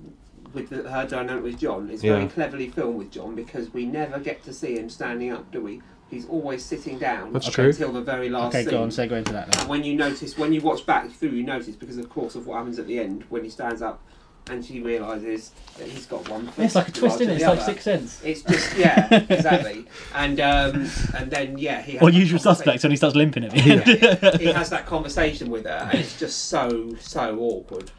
[SPEAKER 5] with the, her dynamic with John, it's very
[SPEAKER 6] Yeah.
[SPEAKER 5] cleverly filmed with John because we never get to see him standing up, do we? He's always sitting down
[SPEAKER 6] That's true.
[SPEAKER 5] until the very last
[SPEAKER 7] Okay,
[SPEAKER 5] scene.
[SPEAKER 7] go on, segue into that. Now.
[SPEAKER 5] And when you notice, when you watch back through, you notice because of course of what happens at the end when he stands up, and she realizes that he's got one. foot
[SPEAKER 7] It's like a twist,
[SPEAKER 5] larger
[SPEAKER 7] isn't
[SPEAKER 5] than
[SPEAKER 7] it? It's
[SPEAKER 5] the
[SPEAKER 7] like
[SPEAKER 5] other.
[SPEAKER 7] Sixth Sense.
[SPEAKER 5] It's just yeah, exactly. And um, and then yeah, he has
[SPEAKER 7] Or
[SPEAKER 5] that conversation-
[SPEAKER 7] Usual Suspects when he starts limping at me.
[SPEAKER 5] he has that conversation with her, and it's just so so awkward.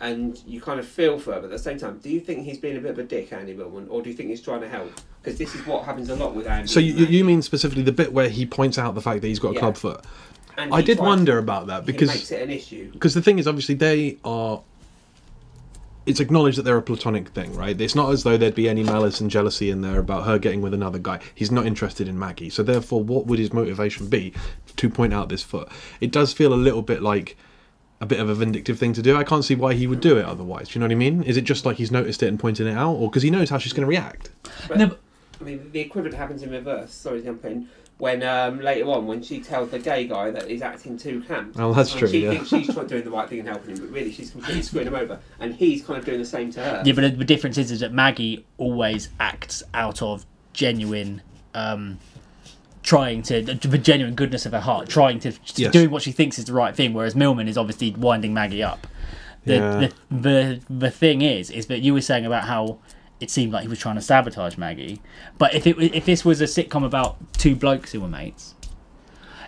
[SPEAKER 5] And you kind of feel for her, but at the same time, do you think he's being a bit of a dick, Andy Millman, or do you think he's trying to help? Because this is what happens a lot with Andy.
[SPEAKER 6] So you, you
[SPEAKER 5] Millman.
[SPEAKER 6] you mean specifically the bit where he points out the fact that he's got a
[SPEAKER 5] Yeah.
[SPEAKER 6] club foot?
[SPEAKER 5] And
[SPEAKER 6] I
[SPEAKER 5] he
[SPEAKER 6] did
[SPEAKER 5] tries-
[SPEAKER 6] wonder about that
[SPEAKER 5] he
[SPEAKER 6] because
[SPEAKER 5] makes it an issue.
[SPEAKER 6] because the thing is obviously they are it's acknowledged that they're a platonic thing right it's not as though there'd be any malice and jealousy in there about her getting with another guy he's not interested in maggie so therefore what would his motivation be to point out this foot it does feel a little bit like a bit of a vindictive thing to do i can't see why he would do it otherwise do you know what i mean is it just like he's noticed it and pointing it out or because he knows how she's going to react
[SPEAKER 7] No, but-
[SPEAKER 5] I mean, the equivalent happens in reverse. Sorry to jump in. When um, later on, when she tells the gay guy that he's acting too camp.
[SPEAKER 6] Oh, that's
[SPEAKER 5] and
[SPEAKER 6] true,
[SPEAKER 5] She
[SPEAKER 6] yeah.
[SPEAKER 5] thinks she's trying, doing the right thing and helping him, but really she's completely screwing him over, and he's kind of doing the same to her.
[SPEAKER 7] Yeah, but the difference is, is that Maggie always acts out of genuine, um, trying to the genuine goodness of her heart, trying to
[SPEAKER 6] Yes.
[SPEAKER 7] doing what she thinks is the right thing. Whereas Millman is obviously winding Maggie up. The,
[SPEAKER 6] Yeah.
[SPEAKER 7] the the the thing is, is that you were saying about how it seemed like he was trying to sabotage Maggie. But if it if this was a sitcom about two blokes who were mates.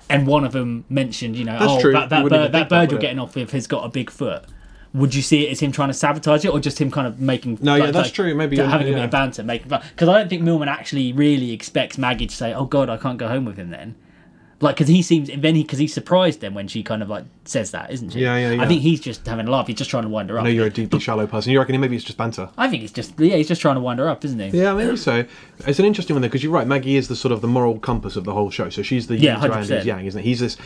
[SPEAKER 7] And one of them mentioned, you know,
[SPEAKER 6] That's
[SPEAKER 7] oh,
[SPEAKER 6] true.
[SPEAKER 7] that,
[SPEAKER 6] You
[SPEAKER 7] that
[SPEAKER 6] wouldn't
[SPEAKER 7] bird,
[SPEAKER 6] even think
[SPEAKER 7] that
[SPEAKER 6] that,
[SPEAKER 7] bird
[SPEAKER 6] would
[SPEAKER 7] you're
[SPEAKER 6] it?
[SPEAKER 7] getting off with has got a big foot would you see it as him trying to sabotage it or just him kind of making
[SPEAKER 6] No, yeah, that's true, maybe,
[SPEAKER 7] having a
[SPEAKER 6] yeah.
[SPEAKER 7] bit of banter making fun because I don't think Millman actually really expects Maggie to say oh god I can't go home with him then like because he seems and then he because he's surprised then when she kind of like says that isn't she
[SPEAKER 6] Yeah, yeah, yeah.
[SPEAKER 7] I think he's just having a laugh he's just trying to wind her
[SPEAKER 6] i
[SPEAKER 7] up
[SPEAKER 6] know you're a deeply shallow person you reckon maybe it's just banter
[SPEAKER 7] I think it's just yeah he's just trying to wind her up isn't he
[SPEAKER 6] Yeah, maybe so. It's an interesting one though, because you're right. Maggie is the sort of the moral compass of the whole show. So she's the
[SPEAKER 7] Yeah,
[SPEAKER 6] yin to Andy's
[SPEAKER 7] 100%.
[SPEAKER 6] yang, isn't it? He's this,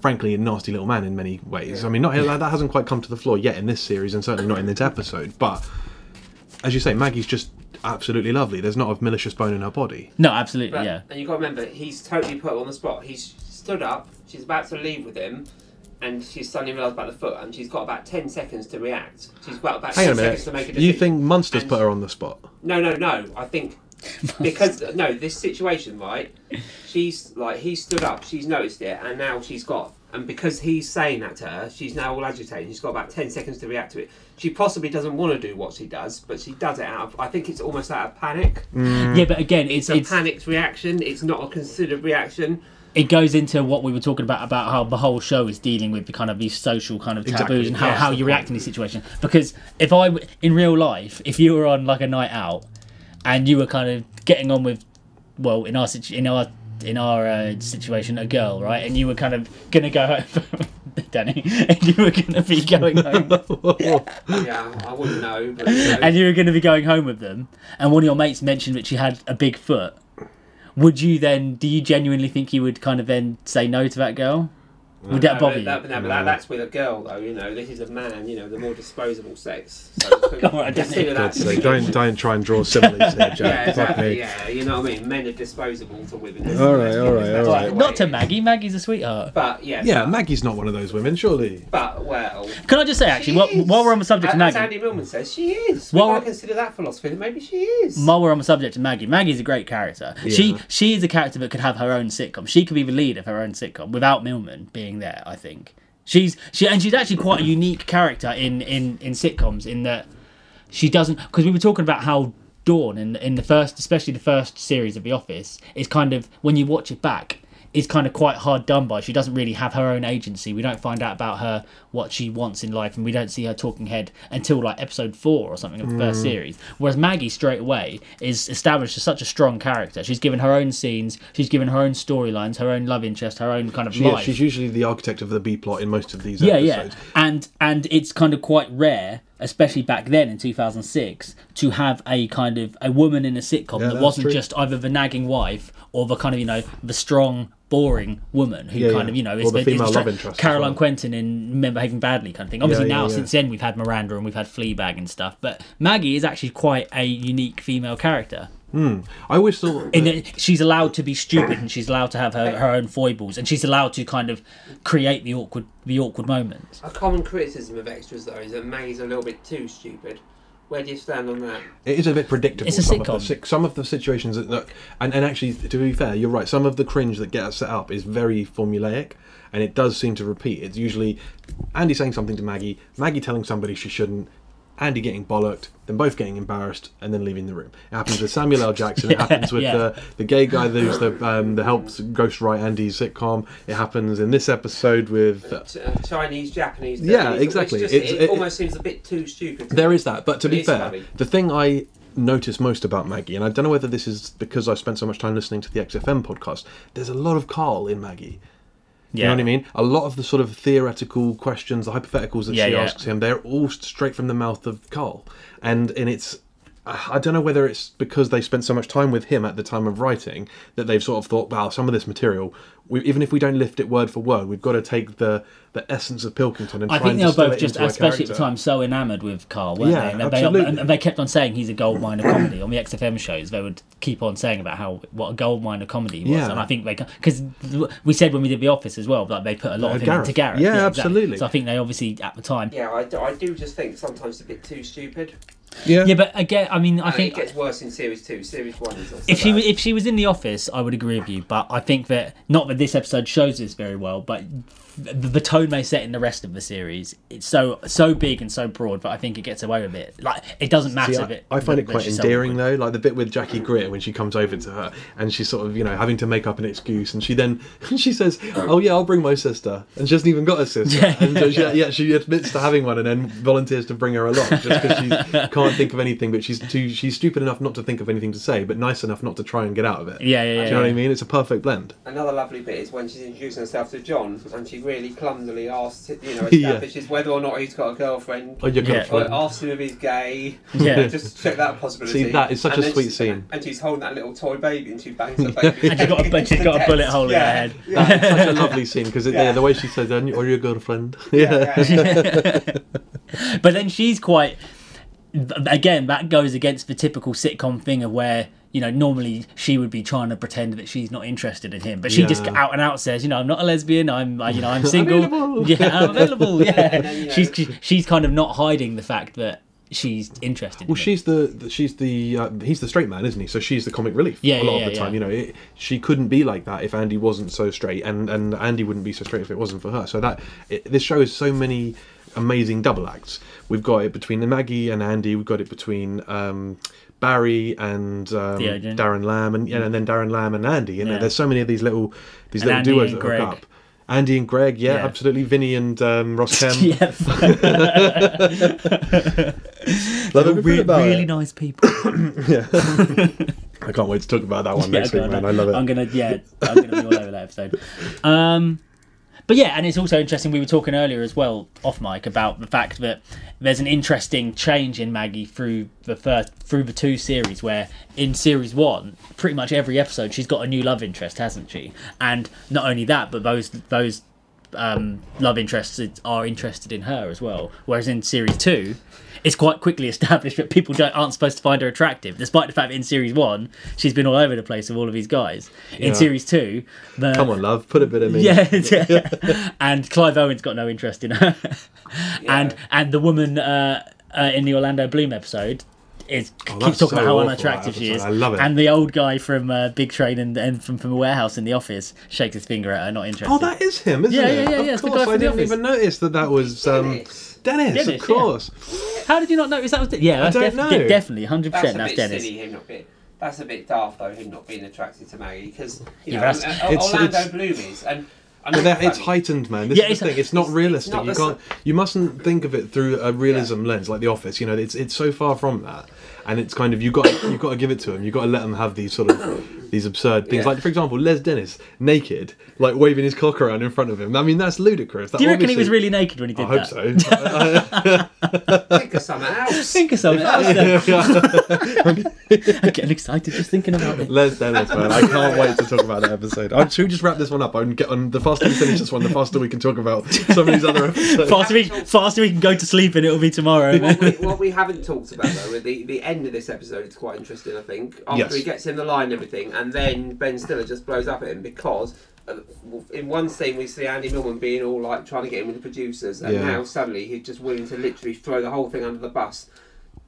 [SPEAKER 6] frankly, a nasty little man in many ways. I mean, not that that hasn't quite come to the floor yet in this series, and certainly not in this episode. But as you say, Maggie's just absolutely lovely. There's not a malicious bone in her body.
[SPEAKER 7] no absolutely
[SPEAKER 5] But,
[SPEAKER 7] yeah
[SPEAKER 5] And you've got to remember, he's totally put her on the spot. He's stood up, she's about to leave with him, and she's suddenly realised about the foot, and she's got about 10 seconds to react. She's got about
[SPEAKER 6] Hang
[SPEAKER 5] 10
[SPEAKER 6] on a
[SPEAKER 5] seconds to make a
[SPEAKER 6] minute.
[SPEAKER 5] decision.
[SPEAKER 6] You think Munster's
[SPEAKER 5] And-
[SPEAKER 6] put her on the spot?
[SPEAKER 5] No, no, no. I think because no, this situation, right? She's like he stood up, she's noticed it, and now she's got. And because he's saying that to her, she's now all agitated. She's got about ten seconds to react to it. She possibly doesn't want to do what she does, but she does it out of. I think it's almost out of panic.
[SPEAKER 7] yeah but again
[SPEAKER 5] It's
[SPEAKER 7] it's
[SPEAKER 5] a
[SPEAKER 7] Mm. it's
[SPEAKER 5] panicked reaction. It's not a considered reaction.
[SPEAKER 7] it goes into what we were talking about about how the whole show is dealing with the kind of these social kind of taboos
[SPEAKER 6] Exactly,
[SPEAKER 7] and how,
[SPEAKER 5] yeah.
[SPEAKER 7] how you react in these situations because if i w- in real life if you were on like a night out and you were kind of getting on with well in our situ- in our in our uh, situation a girl right and you were kind of gonna go home danny and you were gonna be going home
[SPEAKER 5] Yeah, I wouldn't know. But, you know.
[SPEAKER 7] and you were going to be going home with them, and one of your mates mentioned that she had a big foot, would you then? Do you genuinely think you would kind of then say no to that girl? Would that
[SPEAKER 5] No,
[SPEAKER 7] bother
[SPEAKER 5] but that,
[SPEAKER 7] you?
[SPEAKER 5] no, but that- that's with a girl, though. You know, this is a man. You know, the more disposable sex. So
[SPEAKER 7] God, I don't
[SPEAKER 5] consider that.
[SPEAKER 6] So uh, don't don't try and draw similes here, Jack.
[SPEAKER 5] Yeah,
[SPEAKER 6] Fuck
[SPEAKER 5] exactly.
[SPEAKER 6] me.
[SPEAKER 5] Yeah, you know what I mean. Men are disposable to women.
[SPEAKER 6] All right, all right, all right.
[SPEAKER 7] Not to Maggie. Maggie's a sweetheart.
[SPEAKER 5] But yes,
[SPEAKER 6] Yeah, Maggie's not one of those women, surely.
[SPEAKER 5] But well,
[SPEAKER 7] Can I just say actually, while,
[SPEAKER 5] She is.
[SPEAKER 7] while we're on the subject of
[SPEAKER 5] As- as
[SPEAKER 7] Maggie,
[SPEAKER 5] Andy Millman says she is.
[SPEAKER 7] While
[SPEAKER 5] Well, I
[SPEAKER 7] we're-
[SPEAKER 5] consider that philosophy. That maybe she is.
[SPEAKER 7] while we're on the subject of Maggie, Maggie's a great character. She
[SPEAKER 6] Yeah.
[SPEAKER 7] she is a character that could have her own sitcom. She could be the lead of her own sitcom without Millman being there. I think she's she and she's actually quite a unique character in in in sitcoms in that she doesn't because we were talking about how Dawn in in the first especially the first series of The Office is kind of when you watch it back is kind of quite hard done by. She doesn't really have her own agency. We don't find out about her what she wants in life, and we don't see her talking head until like episode four or something of the
[SPEAKER 6] Mm.
[SPEAKER 7] first series. Whereas Maggie straight away is established as such a strong character. She's given her own scenes, she's given her own storylines, her own love interest, her own kind of
[SPEAKER 6] She is.
[SPEAKER 7] life
[SPEAKER 6] She's usually the architect of the B plot in most of these
[SPEAKER 7] yeah,
[SPEAKER 6] episodes.
[SPEAKER 7] yeah, and and it's kind of quite rare, especially back then in 2006, to have a kind of a woman in a sitcom that
[SPEAKER 6] that's
[SPEAKER 7] wasn't
[SPEAKER 6] true.
[SPEAKER 7] just either the nagging wife or the kind of you know the strong, boring woman who
[SPEAKER 6] Yeah, yeah.
[SPEAKER 7] kind of you know
[SPEAKER 6] Or
[SPEAKER 7] is
[SPEAKER 6] the
[SPEAKER 7] is
[SPEAKER 6] female
[SPEAKER 7] stra-
[SPEAKER 6] love interest as
[SPEAKER 7] Caroline
[SPEAKER 6] well.
[SPEAKER 7] Quentin in Men Behaving Badly kind of thing. Obviously
[SPEAKER 6] Yeah, yeah,
[SPEAKER 7] now
[SPEAKER 6] yeah.
[SPEAKER 7] since then we've had Miranda and we've had Fleabag and stuff, but Maggie is actually quite a unique female character.
[SPEAKER 6] I always thought.
[SPEAKER 7] In
[SPEAKER 6] that-
[SPEAKER 7] that she's allowed to be stupid and she's allowed to have her, her own foibles and she's allowed to kind of create the awkward the awkward moments.
[SPEAKER 5] A common criticism of extras though is that Maggie's a little bit too stupid. Where do you stand on that?
[SPEAKER 6] It is a bit predictable.
[SPEAKER 7] It's a
[SPEAKER 6] some
[SPEAKER 7] sitcom.
[SPEAKER 6] Of the, si- some of the situations that, that and, and actually, to be fair, you're right. Some of the cringe that gets set up is very formulaic, and it does seem to repeat. It's usually Andy saying something to Maggie, Maggie telling somebody she shouldn't, Andy getting bollocked, then both getting embarrassed, and then leaving the room. It happens with Samuel L. Jackson. it happens with
[SPEAKER 7] yeah.
[SPEAKER 6] the, the gay guy who's the um, the helps ghostwrite Andy's sitcom. It happens in this episode with.
[SPEAKER 5] Ch- uh, Chinese, Japanese.
[SPEAKER 6] Yeah,
[SPEAKER 5] Japanese, which
[SPEAKER 6] exactly.
[SPEAKER 5] Just,
[SPEAKER 6] It's-
[SPEAKER 5] it,
[SPEAKER 6] it-
[SPEAKER 5] almost seems a bit too stupid. to
[SPEAKER 6] There
[SPEAKER 5] me.
[SPEAKER 6] is that, but to
[SPEAKER 5] It
[SPEAKER 6] be
[SPEAKER 5] is
[SPEAKER 6] fair,
[SPEAKER 5] funny.
[SPEAKER 6] the thing I notice most about Maggie, and I don't know whether this is because I've spent so much time listening to the XFM podcast, there's a lot of Carl in Maggie. You know what I mean? A lot of the sort of theoretical questions, the hypotheticals that
[SPEAKER 7] Yeah,
[SPEAKER 6] she
[SPEAKER 7] yeah.
[SPEAKER 6] asks him, they're all straight from the mouth of Carl. And and it's I don't know whether it's because they spent so much time with him at the time of writing that they've sort of thought, wow, some of this material, we, even if we don't lift it word for word, we've got to take the, the essence of Pilkington and
[SPEAKER 7] I
[SPEAKER 6] try and
[SPEAKER 7] think they were
[SPEAKER 6] distill
[SPEAKER 7] both
[SPEAKER 6] it
[SPEAKER 7] just,
[SPEAKER 6] into a
[SPEAKER 7] especially at the
[SPEAKER 6] character.
[SPEAKER 7] time, so enamoured with Carl, weren't
[SPEAKER 6] Yeah,
[SPEAKER 7] they? And they,
[SPEAKER 6] absolutely.
[SPEAKER 7] and they kept on saying he's a gold mine of comedy. on the XFM shows, they would keep on saying about how what a gold mine of comedy he was.
[SPEAKER 6] Yeah.
[SPEAKER 7] And I think they because we said when we did The Office as well, like they put a lot
[SPEAKER 6] Uh,
[SPEAKER 7] of him
[SPEAKER 6] Gareth.
[SPEAKER 7] into Gareth.
[SPEAKER 6] Yeah,
[SPEAKER 7] exactly.
[SPEAKER 6] absolutely.
[SPEAKER 7] So I think they obviously at the time. Yeah,
[SPEAKER 5] Yeah, I do, I do just think sometimes it's a bit too stupid.
[SPEAKER 7] but again, I mean, I
[SPEAKER 5] I think
[SPEAKER 7] think
[SPEAKER 5] it gets worse in series two. Series one is. not so
[SPEAKER 7] if she
[SPEAKER 5] bad.
[SPEAKER 7] was, if she was in the office, I would agree with you. But I think that not that this episode shows this very well, but the, the tone they set in the rest of the series it's so so big and so broad. But I think it gets away with it. Like it doesn't matter.
[SPEAKER 6] See, I,
[SPEAKER 7] that,
[SPEAKER 6] I find
[SPEAKER 7] that-
[SPEAKER 6] it
[SPEAKER 7] that
[SPEAKER 6] quite
[SPEAKER 7] she's so
[SPEAKER 6] endearing
[SPEAKER 7] awkward.
[SPEAKER 6] though, like the bit with Jackie Greer when she comes over to her and she's sort of you know having to make up an excuse, and she then she says, "Oh yeah, I'll bring my sister," and she hasn't even got a sister,
[SPEAKER 7] Yeah.
[SPEAKER 6] and so she, yeah, she admits to having one, and then volunteers to bring her along just because she can't think of anything, but she's too she's stupid enough not to think of anything to say, but nice enough not to try and get out of it.
[SPEAKER 7] Yeah, yeah, yeah.
[SPEAKER 6] Do you know what I
[SPEAKER 7] yeah.
[SPEAKER 6] mean? It's a perfect blend.
[SPEAKER 5] Another lovely bit is when she's introducing herself to John, and she really clumsily asks, you know,
[SPEAKER 6] Yeah.
[SPEAKER 5] establishes whether or not he's got a girlfriend.
[SPEAKER 6] Oh, you're
[SPEAKER 7] Yeah.
[SPEAKER 5] Or
[SPEAKER 6] gonna
[SPEAKER 5] asks him if he's gay.
[SPEAKER 7] Yeah.
[SPEAKER 5] just check that possibility.
[SPEAKER 6] See, that is such a
[SPEAKER 5] then
[SPEAKER 6] sweet
[SPEAKER 5] she's-
[SPEAKER 6] scene.
[SPEAKER 5] And she's holding that little toy baby, and she bangs her baby.
[SPEAKER 7] And she's got a, but she's
[SPEAKER 5] The
[SPEAKER 7] got a bullet
[SPEAKER 5] desk.
[SPEAKER 7] hole
[SPEAKER 5] Yeah.
[SPEAKER 7] in her head.
[SPEAKER 6] That's such a lovely scene because yeah.
[SPEAKER 5] Yeah.
[SPEAKER 6] the way she says, "Are you are you a girlfriend?"
[SPEAKER 5] Yeah, yeah, yeah.
[SPEAKER 7] But then she's quite. Again, that goes against the typical sitcom thing of where you know normally she would be trying to pretend that she's not interested in him, but she just
[SPEAKER 6] Yeah.
[SPEAKER 7] out and out says, you know, I'm not a lesbian. I'm, I, you know, I'm single.
[SPEAKER 6] Available.
[SPEAKER 7] Yeah, I'm available. Yeah,
[SPEAKER 5] then, you know-
[SPEAKER 7] she's she's- she's kind of not hiding the fact that she's interested.
[SPEAKER 6] Well,
[SPEAKER 7] in him.
[SPEAKER 6] she's the, the she's the uh, he's the straight man, isn't he? So she's the comic relief.
[SPEAKER 7] Yeah,
[SPEAKER 6] a lot of
[SPEAKER 7] yeah,
[SPEAKER 6] the
[SPEAKER 7] yeah,
[SPEAKER 6] time, you
[SPEAKER 7] yeah.
[SPEAKER 6] know, it, she couldn't be like that if Andy wasn't so straight, and and Andy wouldn't be so straight if it wasn't for her. So that it, this show is so many amazing double acts. We've got it between Maggie and Andy. We've got it between. Um, Barry and um,
[SPEAKER 7] Theoden.
[SPEAKER 6] Darren Lamb, and yeah, and then Darren Lamb and Andy. You know,
[SPEAKER 7] Yeah.
[SPEAKER 6] there's so many of these little these
[SPEAKER 7] And
[SPEAKER 6] little
[SPEAKER 7] Andy
[SPEAKER 6] duos
[SPEAKER 7] and
[SPEAKER 6] that hook
[SPEAKER 7] Greg.
[SPEAKER 6] up. Andy and Greg, yeah,
[SPEAKER 7] Yeah.
[SPEAKER 6] absolutely. Vinny and um, Ross Kemp.
[SPEAKER 7] Yes.
[SPEAKER 6] Love
[SPEAKER 7] They're
[SPEAKER 6] every bit
[SPEAKER 7] re-
[SPEAKER 6] about
[SPEAKER 7] really
[SPEAKER 6] it.
[SPEAKER 7] nice people.
[SPEAKER 6] I can't wait to talk about that one
[SPEAKER 7] Yeah,
[SPEAKER 6] next
[SPEAKER 7] God,
[SPEAKER 6] week, man. I love it.
[SPEAKER 7] I'm gonna yeah, I'm gonna be all over that episode. Um, but yeah, and it's also interesting. We were talking earlier as well off mic about the fact that there's an interesting change in Maggie through the first through the two series, where in series one, pretty much every episode she's got a new love interest, hasn't she? And not only that, but those those um, love interests are interested in her as well. Whereas in series two, it's quite quickly established that people don't aren't supposed to find her attractive, despite the fact that in series one she's been all over the place with all of these guys.
[SPEAKER 6] Yeah.
[SPEAKER 7] In series two, the,
[SPEAKER 6] Come on, love, put a bit of me.
[SPEAKER 7] yeah, yeah. and Clive Owen's got no interest in her, and and the woman uh, uh, in the Orlando Bloom episode is keeps
[SPEAKER 6] Oh, that's so
[SPEAKER 7] talking about how
[SPEAKER 6] awful,
[SPEAKER 7] unattractive
[SPEAKER 6] that
[SPEAKER 7] she is.
[SPEAKER 6] episode. I love it.
[SPEAKER 7] And the old guy from uh, Big Train and, and from from the warehouse in the office shakes his finger at her, not interested.
[SPEAKER 6] Oh, that is him, isn't it?
[SPEAKER 7] Yeah, yeah, yeah,
[SPEAKER 6] of
[SPEAKER 7] yeah, it's the
[SPEAKER 6] course,
[SPEAKER 7] guy from
[SPEAKER 6] I
[SPEAKER 7] The
[SPEAKER 6] didn't
[SPEAKER 7] Office.
[SPEAKER 6] even notice that that was um, Dennis.
[SPEAKER 5] Dennis.
[SPEAKER 7] Dennis,
[SPEAKER 6] of course.
[SPEAKER 7] How did you not notice that was? Yeah, that's
[SPEAKER 6] don't
[SPEAKER 7] def-
[SPEAKER 6] know.
[SPEAKER 7] de- definitely hundred
[SPEAKER 5] That's
[SPEAKER 7] percent.
[SPEAKER 5] a
[SPEAKER 7] That's
[SPEAKER 5] bit
[SPEAKER 7] Dennis.
[SPEAKER 5] silly. Him not being. That's a bit daft though. Him not being attracted to Maggie because you
[SPEAKER 7] Yeah,
[SPEAKER 5] know
[SPEAKER 7] that's-
[SPEAKER 5] uh,
[SPEAKER 6] it's-
[SPEAKER 5] Orlando
[SPEAKER 6] it's-
[SPEAKER 5] Bloom is and. I
[SPEAKER 6] But
[SPEAKER 5] know
[SPEAKER 6] that, it's
[SPEAKER 5] funny.
[SPEAKER 6] heightened, man. This
[SPEAKER 7] Yeah,
[SPEAKER 6] is the
[SPEAKER 7] it's-
[SPEAKER 6] thing. It's not
[SPEAKER 5] it's- it's
[SPEAKER 6] realistic.
[SPEAKER 5] not
[SPEAKER 6] you
[SPEAKER 5] the
[SPEAKER 6] can't. You mustn't think of it through a realism lens, like The Office. You know, it's it's so far from that, and it's kind of you got you got to give it to them. You got to let them have these sort of these absurd things.
[SPEAKER 5] Yeah.
[SPEAKER 6] Like for example, Les Dennis naked, like waving his cock around in front of him. I mean, that's ludicrous. That
[SPEAKER 7] Do you reckon he was
[SPEAKER 6] obviously-
[SPEAKER 7] really naked when he did
[SPEAKER 6] I hope
[SPEAKER 7] that?
[SPEAKER 6] so.
[SPEAKER 5] Think of something else.
[SPEAKER 7] Think of something else. I'm getting excited just thinking about it.
[SPEAKER 6] Les Dennis, man. I can't wait to talk about that episode. i should we just wrap this one up? I can get on the faster we finish this one, the faster we can talk about some of these other episodes.
[SPEAKER 7] Faster we, faster we can go to sleep and it'll be tomorrow. man.
[SPEAKER 5] what, we, what we haven't talked about though, at the, the end of this episode, it's quite interesting. I think after
[SPEAKER 6] Yes.
[SPEAKER 5] he gets in the line and everything, and then Ben Stiller just blows up at him because uh, in one scene we see Andy Millman being all like trying to get in with the producers, and
[SPEAKER 6] Yeah.
[SPEAKER 5] now suddenly he's just willing to literally throw the whole thing under the bus,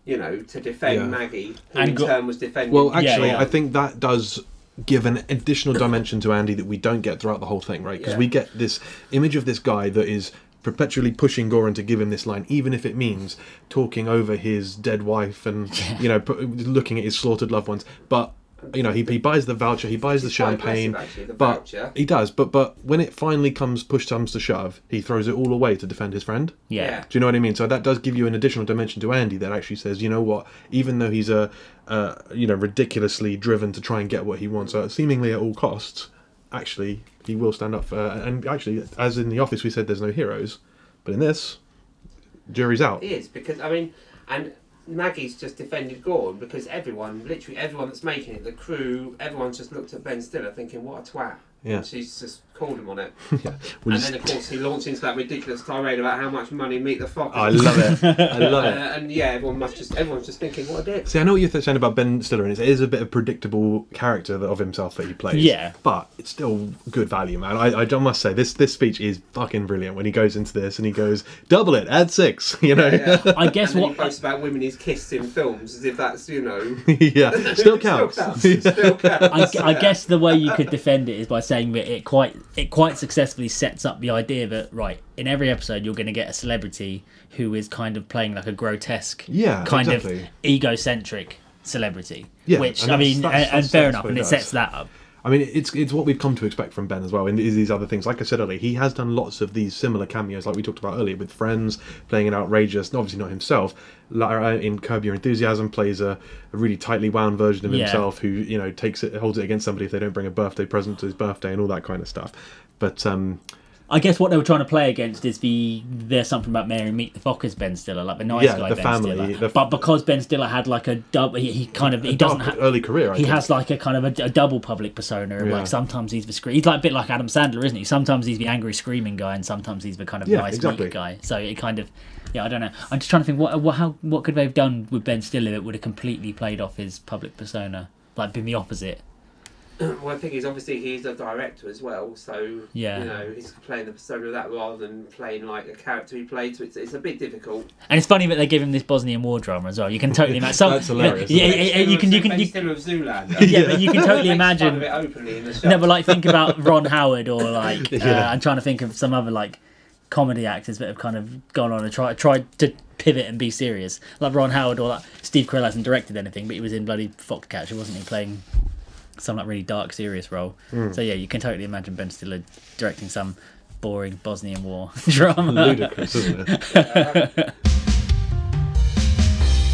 [SPEAKER 5] you know, to defend
[SPEAKER 6] Yeah.
[SPEAKER 5] Maggie, who
[SPEAKER 7] And
[SPEAKER 5] in
[SPEAKER 7] go-
[SPEAKER 5] turn was defending.
[SPEAKER 6] Well, actually,
[SPEAKER 7] yeah.
[SPEAKER 6] I think that does give an additional dimension to Andy that we don't get throughout the whole thing, right? Because
[SPEAKER 5] Yeah.
[SPEAKER 6] we get this image of this guy that is perpetually pushing Goran to give him this line, even if it means talking over his dead wife and you know pu- looking at his slaughtered loved ones. But you know he, he buys the voucher, he buys the
[SPEAKER 5] He's quite
[SPEAKER 6] champagne,
[SPEAKER 5] aggressive, actually, the
[SPEAKER 6] but
[SPEAKER 5] voucher.
[SPEAKER 6] he does. But but when it finally comes push comes to shove, he throws it all away to defend his friend.
[SPEAKER 7] Yeah.
[SPEAKER 6] Do you know what I mean? So that does give you an additional dimension to Andy that actually says, you know what? Even though he's a, uh, you know, ridiculously driven to try and get what he wants, uh, seemingly at all costs, actually he will stand up. For, and actually, as in the office, we said there's no heroes, but in this, jury's out.
[SPEAKER 5] He is because I mean, and Maggie's just defended Gordon because everyone, literally everyone that's making it, the crew, everyone's just looked at Ben Stiller thinking, "What a twat."
[SPEAKER 6] Yeah.
[SPEAKER 5] And she's just called him on it,
[SPEAKER 6] We'll
[SPEAKER 5] and
[SPEAKER 6] just-
[SPEAKER 5] then of course he launched into that ridiculous tirade about how much money Meet the Fox.
[SPEAKER 6] I love it. I love
[SPEAKER 5] uh,
[SPEAKER 6] it.
[SPEAKER 5] and yeah, everyone must just everyone's just thinking, "What a dick."
[SPEAKER 6] See, I know what you're saying about Ben Stiller, and it is a bit of predictable character that- of himself that he plays.
[SPEAKER 7] Yeah.
[SPEAKER 6] but it's still good value, man. I, I must say this this speech is fucking brilliant when he goes into this and he goes double it, add six. You know, yeah,
[SPEAKER 7] I guess
[SPEAKER 5] and then
[SPEAKER 7] what
[SPEAKER 5] he posts about women he's kissed in films as if that's you know
[SPEAKER 6] still counts.
[SPEAKER 5] Still counts.
[SPEAKER 7] I, I guess the way you could defend it is by saying that it quite it quite successfully sets up the idea that right in every episode you're going to get a celebrity who is kind of playing like a grotesque,
[SPEAKER 6] Yeah,
[SPEAKER 7] kind of
[SPEAKER 6] exactly.
[SPEAKER 7] egocentric celebrity.
[SPEAKER 6] Yeah,
[SPEAKER 7] which
[SPEAKER 6] and
[SPEAKER 7] I
[SPEAKER 6] that's-
[SPEAKER 7] mean,
[SPEAKER 6] that's-
[SPEAKER 7] and, and
[SPEAKER 6] that's-
[SPEAKER 7] fair
[SPEAKER 6] that's
[SPEAKER 7] enough,
[SPEAKER 6] what
[SPEAKER 7] and
[SPEAKER 6] it
[SPEAKER 7] it sets
[SPEAKER 6] does.
[SPEAKER 7] that up.
[SPEAKER 6] I mean, it's it's what we've come to expect from Ben as well, and is these other things. Like I said earlier, he has done lots of these similar cameos, like we talked about earlier, with friends playing an outrageous, obviously not himself. Lara in Curb Your Enthusiasm plays a, a really tightly wound version of
[SPEAKER 7] Yeah.
[SPEAKER 6] himself, who you know takes it, holds it against somebody if they don't bring a birthday present to his birthday and all that kind of stuff. But um,
[SPEAKER 7] I guess what they were trying to play against is the there's something about Mary Meet the Fockers Ben Stiller, like the nice
[SPEAKER 6] Yeah,
[SPEAKER 7] guy
[SPEAKER 6] the
[SPEAKER 7] Ben
[SPEAKER 6] family,
[SPEAKER 7] Stiller.
[SPEAKER 6] the-
[SPEAKER 7] but because Ben Stiller had like a double, he, he kind of he doesn't
[SPEAKER 6] dark
[SPEAKER 7] have
[SPEAKER 6] early career, I
[SPEAKER 7] he
[SPEAKER 6] think.
[SPEAKER 7] has like a kind of a, a double public persona. of
[SPEAKER 6] Yeah.
[SPEAKER 7] Like sometimes he's the scre- he's like a bit like Adam Sandler, isn't he? Sometimes he's the angry screaming guy, and sometimes he's the kind of
[SPEAKER 6] Yeah,
[SPEAKER 7] nice
[SPEAKER 6] exactly.
[SPEAKER 7] meek guy. So it kind of yeah, I don't know. I'm just trying to think what what how what could they have done with Ben Stiller that would have completely played off his public persona, like been the opposite.
[SPEAKER 5] Well, I think he's obviously he's a director as well, so
[SPEAKER 7] Yeah.
[SPEAKER 5] you know he's playing the persona of that rather than playing like a character he played. So it's, it's a bit difficult.
[SPEAKER 7] And it's funny that they give him this Bosnian war drama as well. You can totally imagine. Some,
[SPEAKER 6] That's hilarious,
[SPEAKER 7] Yeah,
[SPEAKER 6] isn't
[SPEAKER 7] yeah, yeah, Eh, you can you can you,
[SPEAKER 5] Still of Zoolander.
[SPEAKER 7] yeah, but you can
[SPEAKER 5] Makes
[SPEAKER 7] totally
[SPEAKER 5] fun of
[SPEAKER 7] imagine.
[SPEAKER 5] it openly in the show.
[SPEAKER 7] Never like think about Ron Howard or like uh,
[SPEAKER 6] Yeah.
[SPEAKER 7] I'm trying to think of some other like comedy actors that have kind of gone on and tried tried to pivot and be serious, like Ron Howard or like Steve Carell hasn't directed anything, but he was in bloody Foxcatcher, wasn't he, playing some like really dark, serious role.
[SPEAKER 6] Hmm.
[SPEAKER 7] So yeah, you can totally imagine Ben Stiller directing some boring Bosnian war drama.
[SPEAKER 6] ludicrous, isn't it?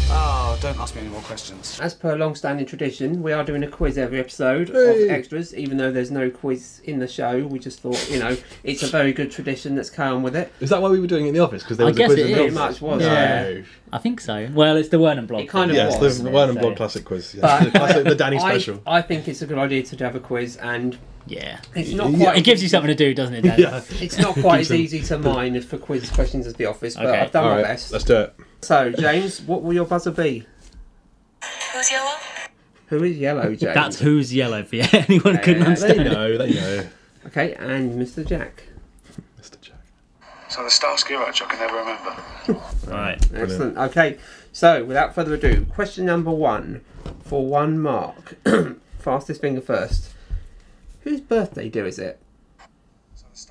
[SPEAKER 4] Oh, don't ask me any more questions.
[SPEAKER 5] As per long-standing tradition, we are doing a quiz every episode
[SPEAKER 6] Hey.
[SPEAKER 5] of extras. Even though there's no quiz in the show, we just thought you know it's a very good tradition that's come with it.
[SPEAKER 6] Is that why we were doing it in the office? Because there
[SPEAKER 7] I
[SPEAKER 6] was
[SPEAKER 7] guess
[SPEAKER 6] a quiz
[SPEAKER 7] it
[SPEAKER 6] in the
[SPEAKER 7] is.
[SPEAKER 5] Pretty much was.
[SPEAKER 7] Yeah.
[SPEAKER 6] No.
[SPEAKER 7] I think so. Well, it's the Werner blog.
[SPEAKER 5] It kind of
[SPEAKER 7] thing,
[SPEAKER 6] Yes,
[SPEAKER 7] isn't
[SPEAKER 6] the,
[SPEAKER 5] was,
[SPEAKER 6] the
[SPEAKER 7] it?
[SPEAKER 6] Wine and
[SPEAKER 7] So,
[SPEAKER 6] Blood classic quiz. Yes.
[SPEAKER 5] But-
[SPEAKER 6] the, classic, the Danny
[SPEAKER 5] I,
[SPEAKER 6] special.
[SPEAKER 5] I think it's a good idea to have a quiz, and
[SPEAKER 7] Yeah.
[SPEAKER 5] it's not
[SPEAKER 6] Yeah.
[SPEAKER 5] quite.
[SPEAKER 7] It gives you something to do, doesn't it? Dan?
[SPEAKER 6] yeah.
[SPEAKER 5] It's not quite as
[SPEAKER 6] them-
[SPEAKER 5] easy to mine as for quiz questions as the office, but
[SPEAKER 7] Okay.
[SPEAKER 5] I've done
[SPEAKER 6] All
[SPEAKER 5] my
[SPEAKER 6] right,
[SPEAKER 5] best.
[SPEAKER 6] let's do it.
[SPEAKER 5] So, James, what will your buzzer be?
[SPEAKER 1] Who's yellow?
[SPEAKER 5] Who is yellow, James?
[SPEAKER 7] That's who's yellow for you. Anyone who couldn't
[SPEAKER 5] Yeah,
[SPEAKER 7] understand.
[SPEAKER 5] they
[SPEAKER 6] No, they know.
[SPEAKER 5] Okay, and Mr. Jack.
[SPEAKER 6] Mr. Jack.
[SPEAKER 10] So the Starsky Hutch, I can never remember.
[SPEAKER 7] Right.
[SPEAKER 5] Excellent. Okay, so without further ado, question number one for one mark. Fastest finger first. Whose birthday do is it?
[SPEAKER 1] Who's
[SPEAKER 10] The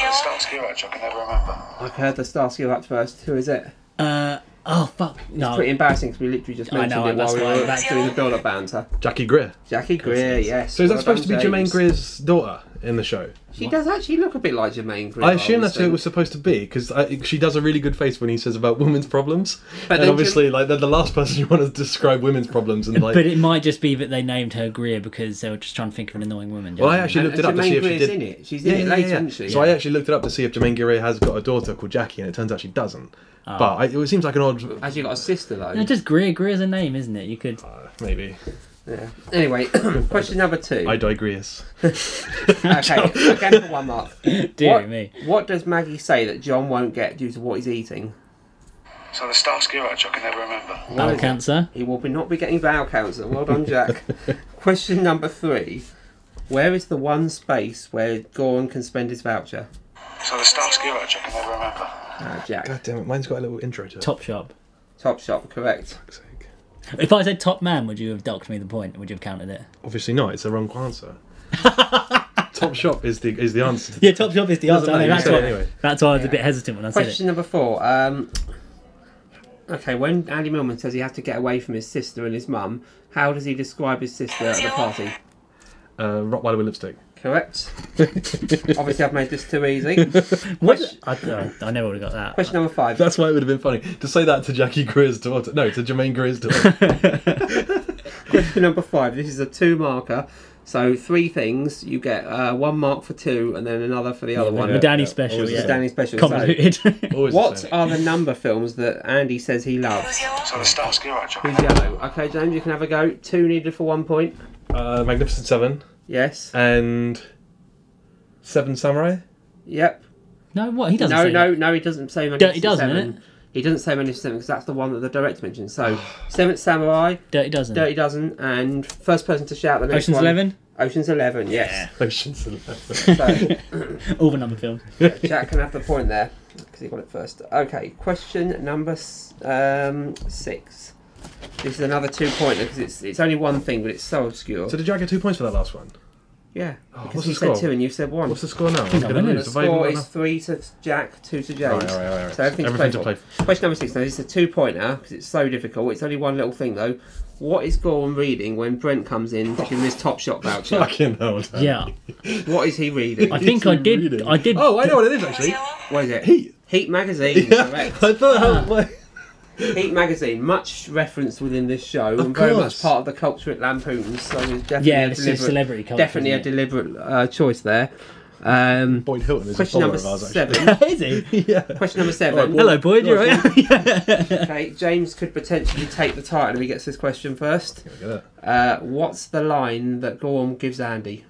[SPEAKER 1] yellow?
[SPEAKER 10] Starsky Hutch, I can never remember.
[SPEAKER 5] I've heard the Starsky up first. Who is it?
[SPEAKER 7] Uh, oh fuck. No.
[SPEAKER 5] Pretty embarrassing because we literally just
[SPEAKER 7] I
[SPEAKER 5] mentioned
[SPEAKER 7] know,
[SPEAKER 5] it while
[SPEAKER 7] that's
[SPEAKER 5] we
[SPEAKER 7] why
[SPEAKER 5] were
[SPEAKER 7] that's-
[SPEAKER 5] doing the build-up banter.
[SPEAKER 6] Jackie Greer.
[SPEAKER 5] Jackie Greer, yes.
[SPEAKER 6] So is that
[SPEAKER 5] Well
[SPEAKER 6] supposed to be
[SPEAKER 5] done,
[SPEAKER 6] Jermaine
[SPEAKER 5] James.
[SPEAKER 6] Greer's daughter in the show?
[SPEAKER 5] She does actually look a bit like Jermaine Greer.
[SPEAKER 6] I assume
[SPEAKER 5] would
[SPEAKER 6] that's who it
[SPEAKER 5] think.
[SPEAKER 6] was supposed to be because she does a really good face when he says about women's problems.
[SPEAKER 5] But
[SPEAKER 6] and
[SPEAKER 5] then
[SPEAKER 6] obviously, like they're the last person you want to describe women's problems. And like,
[SPEAKER 7] But it might just be that they named her Greer because they were just trying to think of an annoying woman. do you
[SPEAKER 6] well, I
[SPEAKER 7] know what
[SPEAKER 6] actually
[SPEAKER 5] And-
[SPEAKER 6] looked it
[SPEAKER 5] and
[SPEAKER 6] up to
[SPEAKER 5] Jermaine
[SPEAKER 6] see if she
[SPEAKER 5] Greer's
[SPEAKER 6] did.
[SPEAKER 5] in it. She's in it later, isn't she?
[SPEAKER 6] So I actually looked it up to see if Jermaine Greer has got a daughter called Jackie, and it turns out she doesn't.
[SPEAKER 7] Ah.
[SPEAKER 6] But I, it seems like an odd,
[SPEAKER 5] Has she got a sister though?
[SPEAKER 7] mean? No, just Greer. Greer's a name, isn't it? You could.
[SPEAKER 6] maybe.
[SPEAKER 5] Yeah. Anyway, question number two.
[SPEAKER 6] I digress.
[SPEAKER 5] okay, again for one mark.
[SPEAKER 7] Dear
[SPEAKER 5] what,
[SPEAKER 7] me.
[SPEAKER 5] What does Maggie say that John won't get due to what he's eating?
[SPEAKER 10] So the Starsky Hutch, I can never remember.
[SPEAKER 7] Bowel cancer.
[SPEAKER 5] He will be not be getting bowel cancer. Well done, Jack. question number three. Where is the one space where Goran can spend his voucher?
[SPEAKER 10] So the Starsky Hutch, I can never remember.
[SPEAKER 5] Ah, Jack.
[SPEAKER 6] God damn it, mine's got a little intro to it.
[SPEAKER 7] Top shop.
[SPEAKER 5] Top shop, correct.
[SPEAKER 6] For fuck's sake.
[SPEAKER 7] If I said top man, would you have docked me the point? Would you have counted it?
[SPEAKER 6] Obviously not. It's the wrong answer. Top shop is the is the answer.
[SPEAKER 7] Yeah, Top Shop is the
[SPEAKER 6] Doesn't
[SPEAKER 7] answer.
[SPEAKER 6] matter,
[SPEAKER 7] I know,
[SPEAKER 6] you
[SPEAKER 7] that's,
[SPEAKER 6] said
[SPEAKER 7] why,
[SPEAKER 6] it anyway.
[SPEAKER 7] that's why I was a bit hesitant when I said
[SPEAKER 5] Question number four. Um, okay, when Andy Millman says he has to get away from his sister and his mum, how does he describe his sister at the party?
[SPEAKER 6] Uh, Rottweiler with lipstick.
[SPEAKER 5] Correct. Obviously, I've made this too easy.
[SPEAKER 7] it. What? I, I, I never would have got that.
[SPEAKER 5] Question number five.
[SPEAKER 6] That's why it would have been funny to say that to Jackie Greer's daughter. No, to Jermaine Greer's daughter.
[SPEAKER 5] Question number five. This is a two marker. So three things. You get uh, one mark for two, and then another for the other one.
[SPEAKER 7] The Danny
[SPEAKER 6] yeah.
[SPEAKER 7] special,
[SPEAKER 6] Always the
[SPEAKER 7] yeah.
[SPEAKER 6] same.
[SPEAKER 5] Danny special. So,
[SPEAKER 7] Convoluted.
[SPEAKER 6] Always the
[SPEAKER 5] what
[SPEAKER 6] same.
[SPEAKER 5] are the number films that Andy says he loves?
[SPEAKER 10] So the Starsky Road Jock.
[SPEAKER 5] Who's yellow? Okay, James, you can have a go. Two needed for one point.
[SPEAKER 6] Uh, Magnificent Seven
[SPEAKER 5] Yes.
[SPEAKER 6] Uh, and Seven Samurai.
[SPEAKER 5] Yep.
[SPEAKER 7] no, what? He doesn't
[SPEAKER 5] No,
[SPEAKER 7] say
[SPEAKER 5] no,
[SPEAKER 7] that.
[SPEAKER 5] no. He doesn't say
[SPEAKER 7] doesn't,
[SPEAKER 5] Magnificent
[SPEAKER 7] doesn't
[SPEAKER 5] Seven. He doesn't say Magnificent Seven because that's the one that the director mentioned. So Seventh Samurai,
[SPEAKER 7] Dirty Dozen.
[SPEAKER 5] Dirty Dozen, and first person to shout the next
[SPEAKER 7] Ocean's
[SPEAKER 5] one.
[SPEAKER 7] Eleven?
[SPEAKER 5] Ocean's Eleven. Yes.
[SPEAKER 6] Ocean's Eleven.
[SPEAKER 5] So,
[SPEAKER 7] All the number films.
[SPEAKER 5] Jack can have the point there because he got it first. Okay, question number s- um, six. This is another two pointer because it's it's only one thing, but it's so obscure.
[SPEAKER 6] So did Jack get two points for that last one?
[SPEAKER 5] yeah, because
[SPEAKER 6] Oh, what's
[SPEAKER 5] you
[SPEAKER 6] the
[SPEAKER 5] said
[SPEAKER 6] score?
[SPEAKER 5] two and you said one.
[SPEAKER 6] What's the score now? I'm
[SPEAKER 7] on,
[SPEAKER 6] gonna
[SPEAKER 7] isn't
[SPEAKER 5] the
[SPEAKER 6] lose. Have I even
[SPEAKER 5] score
[SPEAKER 6] got
[SPEAKER 5] is
[SPEAKER 6] enough?
[SPEAKER 5] three to Jack, two to James.
[SPEAKER 6] Alright, alright, alright.
[SPEAKER 5] So everything's
[SPEAKER 6] Everything to
[SPEAKER 5] playable.
[SPEAKER 6] play for.
[SPEAKER 5] Question number six. Now this is a two pointer because it's so difficult. It's only one little thing though. What is Gorham reading when Brent comes in to give him his Top Shot voucher?
[SPEAKER 6] Fucking hell. Dan.
[SPEAKER 7] Yeah.
[SPEAKER 5] what is he reading?
[SPEAKER 7] I think
[SPEAKER 6] He's
[SPEAKER 7] I did.
[SPEAKER 6] reading.
[SPEAKER 7] I did.
[SPEAKER 6] Oh, I know what it is actually.
[SPEAKER 5] What is it?
[SPEAKER 6] Heat.
[SPEAKER 5] Heat magazine.
[SPEAKER 6] I
[SPEAKER 5] Correct.
[SPEAKER 6] thought
[SPEAKER 5] Ah.
[SPEAKER 6] that was
[SPEAKER 5] Heat magazine, much referenced within this show, and very much
[SPEAKER 6] course.
[SPEAKER 5] part of the culture at Lampoon's. So it's definitely
[SPEAKER 7] Yeah,
[SPEAKER 5] a
[SPEAKER 7] this is
[SPEAKER 5] deliberate-
[SPEAKER 7] celebrity culture,
[SPEAKER 5] Definitely a
[SPEAKER 7] isn't
[SPEAKER 5] deliberate uh, choice there. Um,
[SPEAKER 6] Boyd Hilton is
[SPEAKER 5] question
[SPEAKER 6] a follower
[SPEAKER 5] number
[SPEAKER 6] of ours actually.
[SPEAKER 5] seven.
[SPEAKER 7] Is he?
[SPEAKER 6] Yeah.
[SPEAKER 5] question number seven.
[SPEAKER 7] Hello, Boyd. You're right.
[SPEAKER 5] Okay, James could potentially take the title if he gets this question first.
[SPEAKER 6] Look at
[SPEAKER 5] Uh, what's the line that Gorm gives Andy?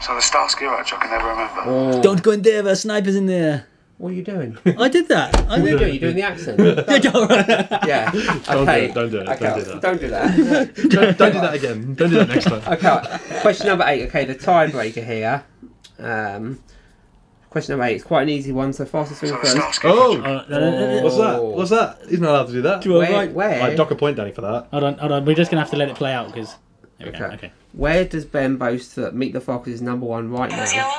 [SPEAKER 10] So the Starsky Road Jock. I never remember.
[SPEAKER 5] Oh,
[SPEAKER 7] Don't go in there. There are snipers in there.
[SPEAKER 5] what are you doing?
[SPEAKER 7] I did that. I
[SPEAKER 5] What are you
[SPEAKER 7] did
[SPEAKER 5] doing? You're doing the accent.
[SPEAKER 7] Yeah, all right.
[SPEAKER 5] yeah.
[SPEAKER 6] Don't do
[SPEAKER 5] okay.
[SPEAKER 6] it, don't do it,
[SPEAKER 5] Okay,
[SPEAKER 6] don't do that.
[SPEAKER 5] Don't do that.
[SPEAKER 6] that. Don't, don't do that again. Don't do that next time.
[SPEAKER 5] Okay, question number eight. Okay, the tiebreaker here. Um, question number eight. It's quite an easy one. So fastest thing
[SPEAKER 10] So the
[SPEAKER 5] first.
[SPEAKER 10] Starsky Road
[SPEAKER 6] Oh,
[SPEAKER 10] Jock.
[SPEAKER 7] Uh, no, no, no, no.
[SPEAKER 6] what's that? What's that? He's not allowed to do that.
[SPEAKER 7] Do I-
[SPEAKER 5] Where,
[SPEAKER 7] Right.
[SPEAKER 5] Oh. where,
[SPEAKER 6] I dock a point, Danny, for that.
[SPEAKER 7] Hold on, hold on. We're just gonna have to let it play out because. There we go.
[SPEAKER 5] Okay.
[SPEAKER 7] Okay.
[SPEAKER 5] where does Ben boast that Meet the Fockers is number one right
[SPEAKER 1] Who's
[SPEAKER 5] now?
[SPEAKER 1] yellow?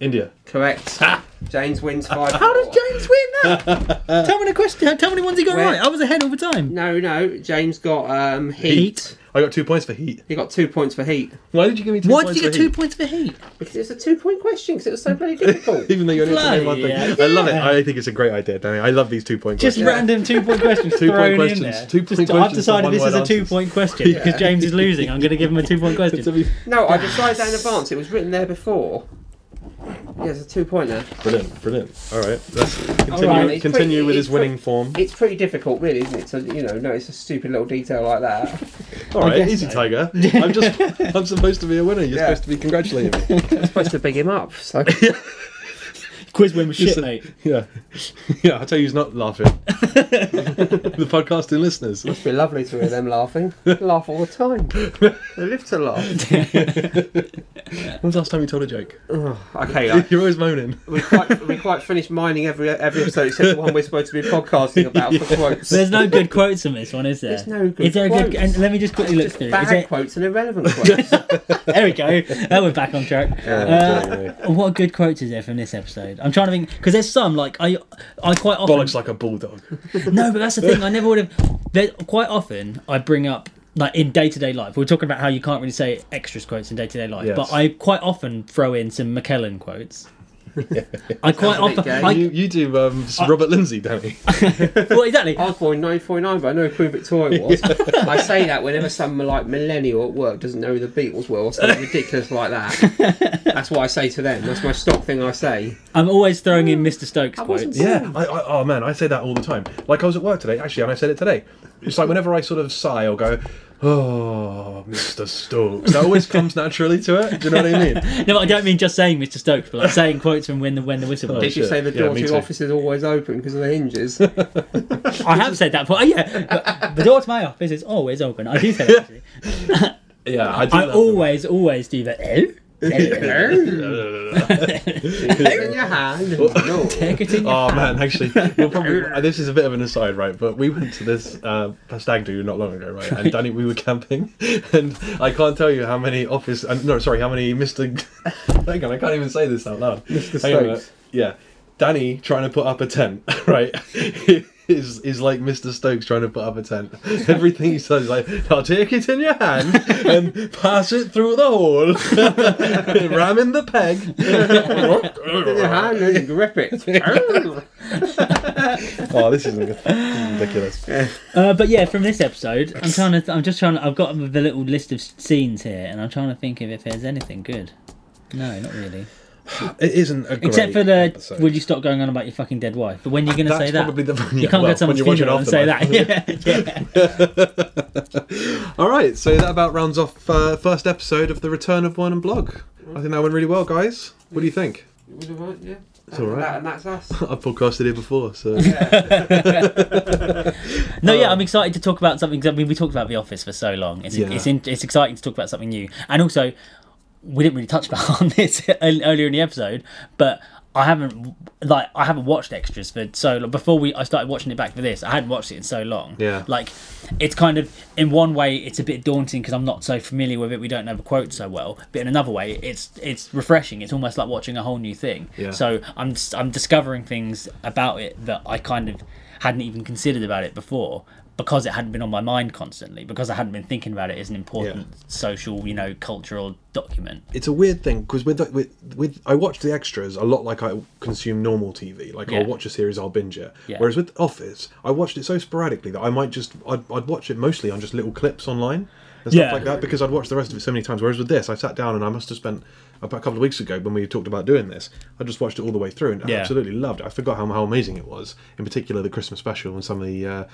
[SPEAKER 6] India.
[SPEAKER 5] Correct. James wins five.
[SPEAKER 7] How does James win that? tell me the question. Tell me the ones he got
[SPEAKER 5] Where-
[SPEAKER 7] right. I was ahead all the time.
[SPEAKER 5] No, no. James got um, heat.
[SPEAKER 7] Heat.
[SPEAKER 6] I got two points for heat.
[SPEAKER 5] He got two points for heat
[SPEAKER 6] Why did you give me two
[SPEAKER 7] Why did
[SPEAKER 6] points
[SPEAKER 7] you get
[SPEAKER 6] for
[SPEAKER 7] two
[SPEAKER 6] heat?
[SPEAKER 7] points for heat?
[SPEAKER 5] because it's a two-point question because it was so bloody difficult.
[SPEAKER 6] Even though you only have to name one thing.
[SPEAKER 7] Bloody
[SPEAKER 6] I love it. I think it's a great idea, Danny. I love these two point
[SPEAKER 7] Just
[SPEAKER 6] questions.
[SPEAKER 7] random two point questions
[SPEAKER 6] Two-point
[SPEAKER 7] thrown in
[SPEAKER 6] questions.
[SPEAKER 7] there.
[SPEAKER 6] Two-point
[SPEAKER 7] Just- I've
[SPEAKER 6] questions for
[SPEAKER 7] decided this
[SPEAKER 6] one-word
[SPEAKER 7] is a
[SPEAKER 6] answers.
[SPEAKER 7] two point question because James is losing. I'm going to give him a two point
[SPEAKER 6] It's a
[SPEAKER 7] question.
[SPEAKER 6] bit-
[SPEAKER 5] No, I decided that in advance. It was written there before. Yeah, it's a two-pointer.
[SPEAKER 6] Brilliant, brilliant. All right, let's continue,
[SPEAKER 5] All right, it's
[SPEAKER 6] continue
[SPEAKER 5] pretty-
[SPEAKER 6] with
[SPEAKER 5] it's
[SPEAKER 6] his winning
[SPEAKER 5] pretty-
[SPEAKER 6] form.
[SPEAKER 5] It's pretty difficult, really, isn't it? So you know, no, it's a stupid little detail like that.
[SPEAKER 6] All right, easy, Tiger. I'm just, I'm supposed to be a winner. You're
[SPEAKER 5] Yeah.
[SPEAKER 6] supposed to be congratulating me.
[SPEAKER 5] supposed to big him up. So
[SPEAKER 7] Quiz win was shit, mate.
[SPEAKER 6] Yeah, yeah. I tell you, he's not laughing. the podcasting listeners.
[SPEAKER 5] it'd be lovely to hear them laughing. They laugh all the time. They live to laugh.
[SPEAKER 6] When's the last time you told a joke?
[SPEAKER 5] Okay, like,
[SPEAKER 6] You're always moaning.
[SPEAKER 5] we quite we quite finished mining every every episode except the one we're supposed to be podcasting about for quotes.
[SPEAKER 7] There's no good quotes in this one, is there?
[SPEAKER 5] There's no good
[SPEAKER 7] Is there a good?
[SPEAKER 5] quotes.
[SPEAKER 7] And let me just quickly look
[SPEAKER 5] Just
[SPEAKER 7] through.
[SPEAKER 5] bad
[SPEAKER 7] Is there,
[SPEAKER 5] quotes and irrelevant quotes.
[SPEAKER 7] there we go. Now we're back on track. Uh, what good quotes is there from this episode? I'm trying to think because there's some like I, I quite often
[SPEAKER 6] Bollocks like a bulldog.
[SPEAKER 7] no, but that's the thing. I never would have. There, quite often, I bring up like in day to day life. We're talking about how you can't really say extras quotes in day to day life,
[SPEAKER 6] Yes.
[SPEAKER 7] but I quite often throw in some McKellen quotes. I quite
[SPEAKER 5] Sounds a
[SPEAKER 7] often.
[SPEAKER 5] bit
[SPEAKER 7] I,
[SPEAKER 6] you, you do um, just Robert Lindsay, Danny.
[SPEAKER 7] well, exactly.
[SPEAKER 5] I was born in 1949, but I know Queen Victoria was. I say that whenever some like millennial at work doesn't know who the Beatles were or something ridiculous like that. That's what I say to them. That's my stock thing I say.
[SPEAKER 7] I'm always throwing in Mr. Stokes
[SPEAKER 5] Hmm. wasn't
[SPEAKER 7] quotes.
[SPEAKER 6] Yeah, I, I, oh man, I say that all the time. Like I was at work today, actually, and I said it today. It's like whenever I sort of sigh or go, "Oh, Mr. Stokes," that always comes naturally to it. Do you know what I mean?
[SPEAKER 7] No, I don't mean just saying Mr. Stokes, but like saying quotes from when the when the whistle
[SPEAKER 6] Oh,
[SPEAKER 7] blows.
[SPEAKER 5] Did you
[SPEAKER 6] shit.
[SPEAKER 5] say the
[SPEAKER 6] Yeah,
[SPEAKER 5] door
[SPEAKER 6] me
[SPEAKER 5] to
[SPEAKER 6] too.
[SPEAKER 5] your office is always open because of the hinges?
[SPEAKER 7] I have said that before. Oh, yeah, but the door to my office is always open. I do say that. Actually.
[SPEAKER 6] Yeah, I do.
[SPEAKER 7] Eh? I always, always do that. Hello? Hello?
[SPEAKER 6] always.
[SPEAKER 5] in your hand. No.
[SPEAKER 7] Take it in your
[SPEAKER 6] Oh
[SPEAKER 7] hand.
[SPEAKER 6] man, actually, we'll probably, uh, this is a bit of an aside, right? But we went to this uh, stag do not long ago, right? And Danny, we were camping, and I can't tell you how many office, uh, no, sorry, how many Mister. Hang on, I can't even say this out loud. Mister
[SPEAKER 5] Stokes.
[SPEAKER 6] yeah, Danny trying to put up a tent, right? Is, is like Mr. Stokes trying to put up a tent. Everything he says is like, now take it in your hand and pass it through the hole, ram in the peg.
[SPEAKER 5] In your hand and grip it.
[SPEAKER 6] oh, this is ridiculous.
[SPEAKER 7] Uh, but yeah, from this episode, I'm trying to. I'm just trying. To, I've got the little list of scenes here, and I'm trying to think of if there's anything good. No, not really.
[SPEAKER 6] It isn't a great
[SPEAKER 7] Except for the.
[SPEAKER 6] episode.
[SPEAKER 7] Will you stop going on about your fucking dead wife? But when are you going to
[SPEAKER 6] That's
[SPEAKER 7] say that?
[SPEAKER 6] probably the yeah,
[SPEAKER 7] you can't
[SPEAKER 6] well,
[SPEAKER 7] go to someone's
[SPEAKER 6] when you
[SPEAKER 7] funeral
[SPEAKER 6] watch
[SPEAKER 7] and
[SPEAKER 6] it
[SPEAKER 7] say
[SPEAKER 6] afterwards.
[SPEAKER 7] that. yeah,
[SPEAKER 6] All right, so that about rounds off uh, first episode of the Return of Wine and Blog. I think that went really well, guys. What do you think?
[SPEAKER 5] yeah.
[SPEAKER 6] It's all right.
[SPEAKER 5] and that's us.
[SPEAKER 6] I've podcasted here before, so
[SPEAKER 7] yeah. No, yeah. I'm excited to talk about something. 'cause, I mean, we talked about The Office for so long. It's
[SPEAKER 6] Um, Yeah.
[SPEAKER 7] it's in, it's exciting to talk about something new, and also we didn't really touch about on this earl- earlier in the episode, but. I haven't like I haven't watched extras for so long. Before we I started watching it back for this, I hadn't watched it in so long.
[SPEAKER 6] Yeah.
[SPEAKER 7] like it's kind of in one way it's a bit daunting because I'm not so familiar with it. We don't know the quotes so well, but in another way it's it's refreshing. It's almost like watching a whole new thing.
[SPEAKER 6] Yeah.
[SPEAKER 7] So I'm s- I'm discovering things about it that I kind of hadn't even considered about it before because it hadn't been on my mind constantly because I hadn't been thinking about it as an important social you know cultural document.
[SPEAKER 6] it's a weird thing because with, with with I watch the extras a lot like I consume normal TV. Like I'll
[SPEAKER 7] Yeah.
[SPEAKER 6] watch a series, I'll binge it.
[SPEAKER 7] Yeah.
[SPEAKER 6] Whereas with Office, I watched it so sporadically that I might just I'd, I'd watch it mostly on just little clips online and stuff
[SPEAKER 7] Yeah.
[SPEAKER 6] like that because I'd watched the rest of it so many times. Whereas with this, I sat down and I must have spent about a couple of weeks ago when we talked about doing this. I just watched it all the way through and
[SPEAKER 7] Yeah.
[SPEAKER 6] absolutely loved it. I forgot how, how amazing it was. In particular, the Christmas special and some of the. Uh,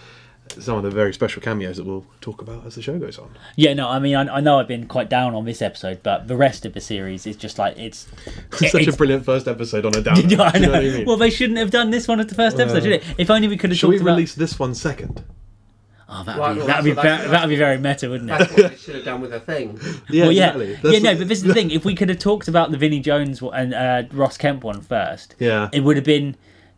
[SPEAKER 6] some of the very special cameos that we'll talk about as the show goes on.
[SPEAKER 7] Yeah, no, I mean, I, I know I've been quite down on this episode, but the rest of the series is just like it's
[SPEAKER 6] Such
[SPEAKER 7] it's-
[SPEAKER 6] a brilliant first episode on a down.
[SPEAKER 7] Yeah, I
[SPEAKER 6] Do you know
[SPEAKER 7] know.
[SPEAKER 6] what I mean?
[SPEAKER 7] Well, they shouldn't have done this one as the first episode, should it? If only we could have
[SPEAKER 6] Should
[SPEAKER 7] talked
[SPEAKER 6] we
[SPEAKER 7] about.
[SPEAKER 6] release this one second?
[SPEAKER 7] Oh, that'd
[SPEAKER 5] Well,
[SPEAKER 7] be
[SPEAKER 5] well,
[SPEAKER 7] that'd be,
[SPEAKER 5] that's- that's-
[SPEAKER 7] ve- that'd be very meta, wouldn't it?
[SPEAKER 5] That's what they should have done with the thing.
[SPEAKER 6] Yeah,
[SPEAKER 7] well, yeah,
[SPEAKER 6] That's
[SPEAKER 7] yeah, no.
[SPEAKER 6] what-
[SPEAKER 7] But this is the thing: if we could have talked about the Vinnie Jones one- and uh, Ross Kemp one first,
[SPEAKER 6] Yeah.
[SPEAKER 7] it would have been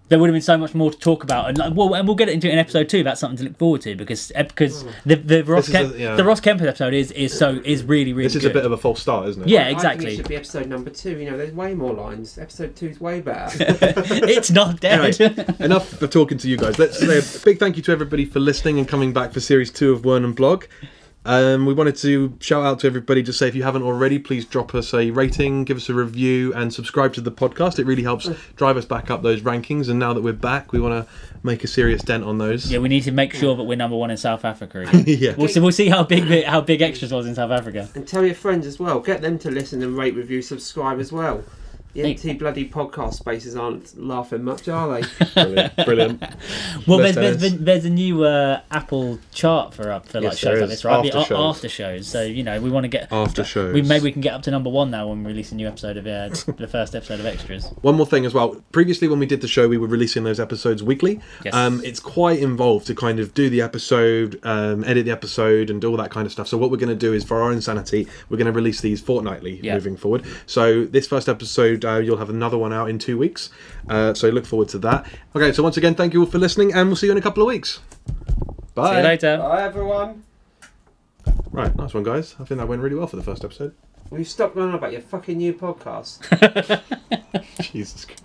[SPEAKER 7] there would have been so much more to talk about, and like, well, and we'll get into it in episode two. That's something to look forward to because eh,
[SPEAKER 5] Hmm.
[SPEAKER 7] because the the Ross
[SPEAKER 6] This is a-
[SPEAKER 7] Kemp,
[SPEAKER 6] yeah.
[SPEAKER 7] the Ross Kemp episode is is so is really really
[SPEAKER 6] this is
[SPEAKER 7] good.
[SPEAKER 6] a bit of a false start, isn't it?
[SPEAKER 7] yeah,
[SPEAKER 5] I think it
[SPEAKER 7] exactly.
[SPEAKER 5] should be episode number two. You know, there's way more lines. Episode two's way better.
[SPEAKER 7] it's not dead.
[SPEAKER 6] Anyway, enough for talking to you guys. Let's say a big thank you to everybody for listening and coming back for series two of Wern and Blog. Um, we wanted to shout out to everybody. Just say if you haven't already, please drop us a rating, give us a review, and subscribe to the podcast. It really helps drive us back up those rankings. And now that we're back, we want to make a serious dent on those.
[SPEAKER 7] Yeah, we need to make sure that we're number one in South Africa. Again.
[SPEAKER 6] Yeah.
[SPEAKER 7] We'll see, we'll see how big the, how big extras was in South Africa.
[SPEAKER 5] and tell your friends as well. Get them to listen and rate, review, subscribe as well. The empty bloody podcast spaces aren't laughing much, are they?
[SPEAKER 6] Brilliant. Brilliant.
[SPEAKER 7] Well,
[SPEAKER 6] Let's
[SPEAKER 7] there's, there's,
[SPEAKER 6] do this.
[SPEAKER 7] there's, a new uh, Apple chart for up for like
[SPEAKER 6] Yes, there
[SPEAKER 7] shows like
[SPEAKER 6] is.
[SPEAKER 7] this, right?
[SPEAKER 6] After
[SPEAKER 7] a-
[SPEAKER 6] shows.
[SPEAKER 7] after shows. So you know we want to get
[SPEAKER 6] After shows.
[SPEAKER 7] We maybe we can get up to number one now when we release a new episode of uh, the first episode of Extras.
[SPEAKER 6] One more thing as well. Previously, when we did the show, we were releasing those episodes weekly.
[SPEAKER 7] Yes.
[SPEAKER 6] Um, it's quite involved to kind of do the episode, um, edit the episode, and do all that kind of stuff. So, what we're going to do is, for our own sanity, we're going to release these fortnightly
[SPEAKER 7] Yeah.
[SPEAKER 6] moving forward. So, this first episode, uh, you'll have another one out in two weeks. Uh, so, look forward to that. Okay, so once again, thank you all for listening, and we'll see you in a couple of weeks. Bye.
[SPEAKER 7] See you later.
[SPEAKER 5] Hi everyone.
[SPEAKER 6] Right, nice one, guys. I think that went really well for the first episode.
[SPEAKER 5] We've stopped going on about your fucking new podcast.
[SPEAKER 6] Jesus Christ.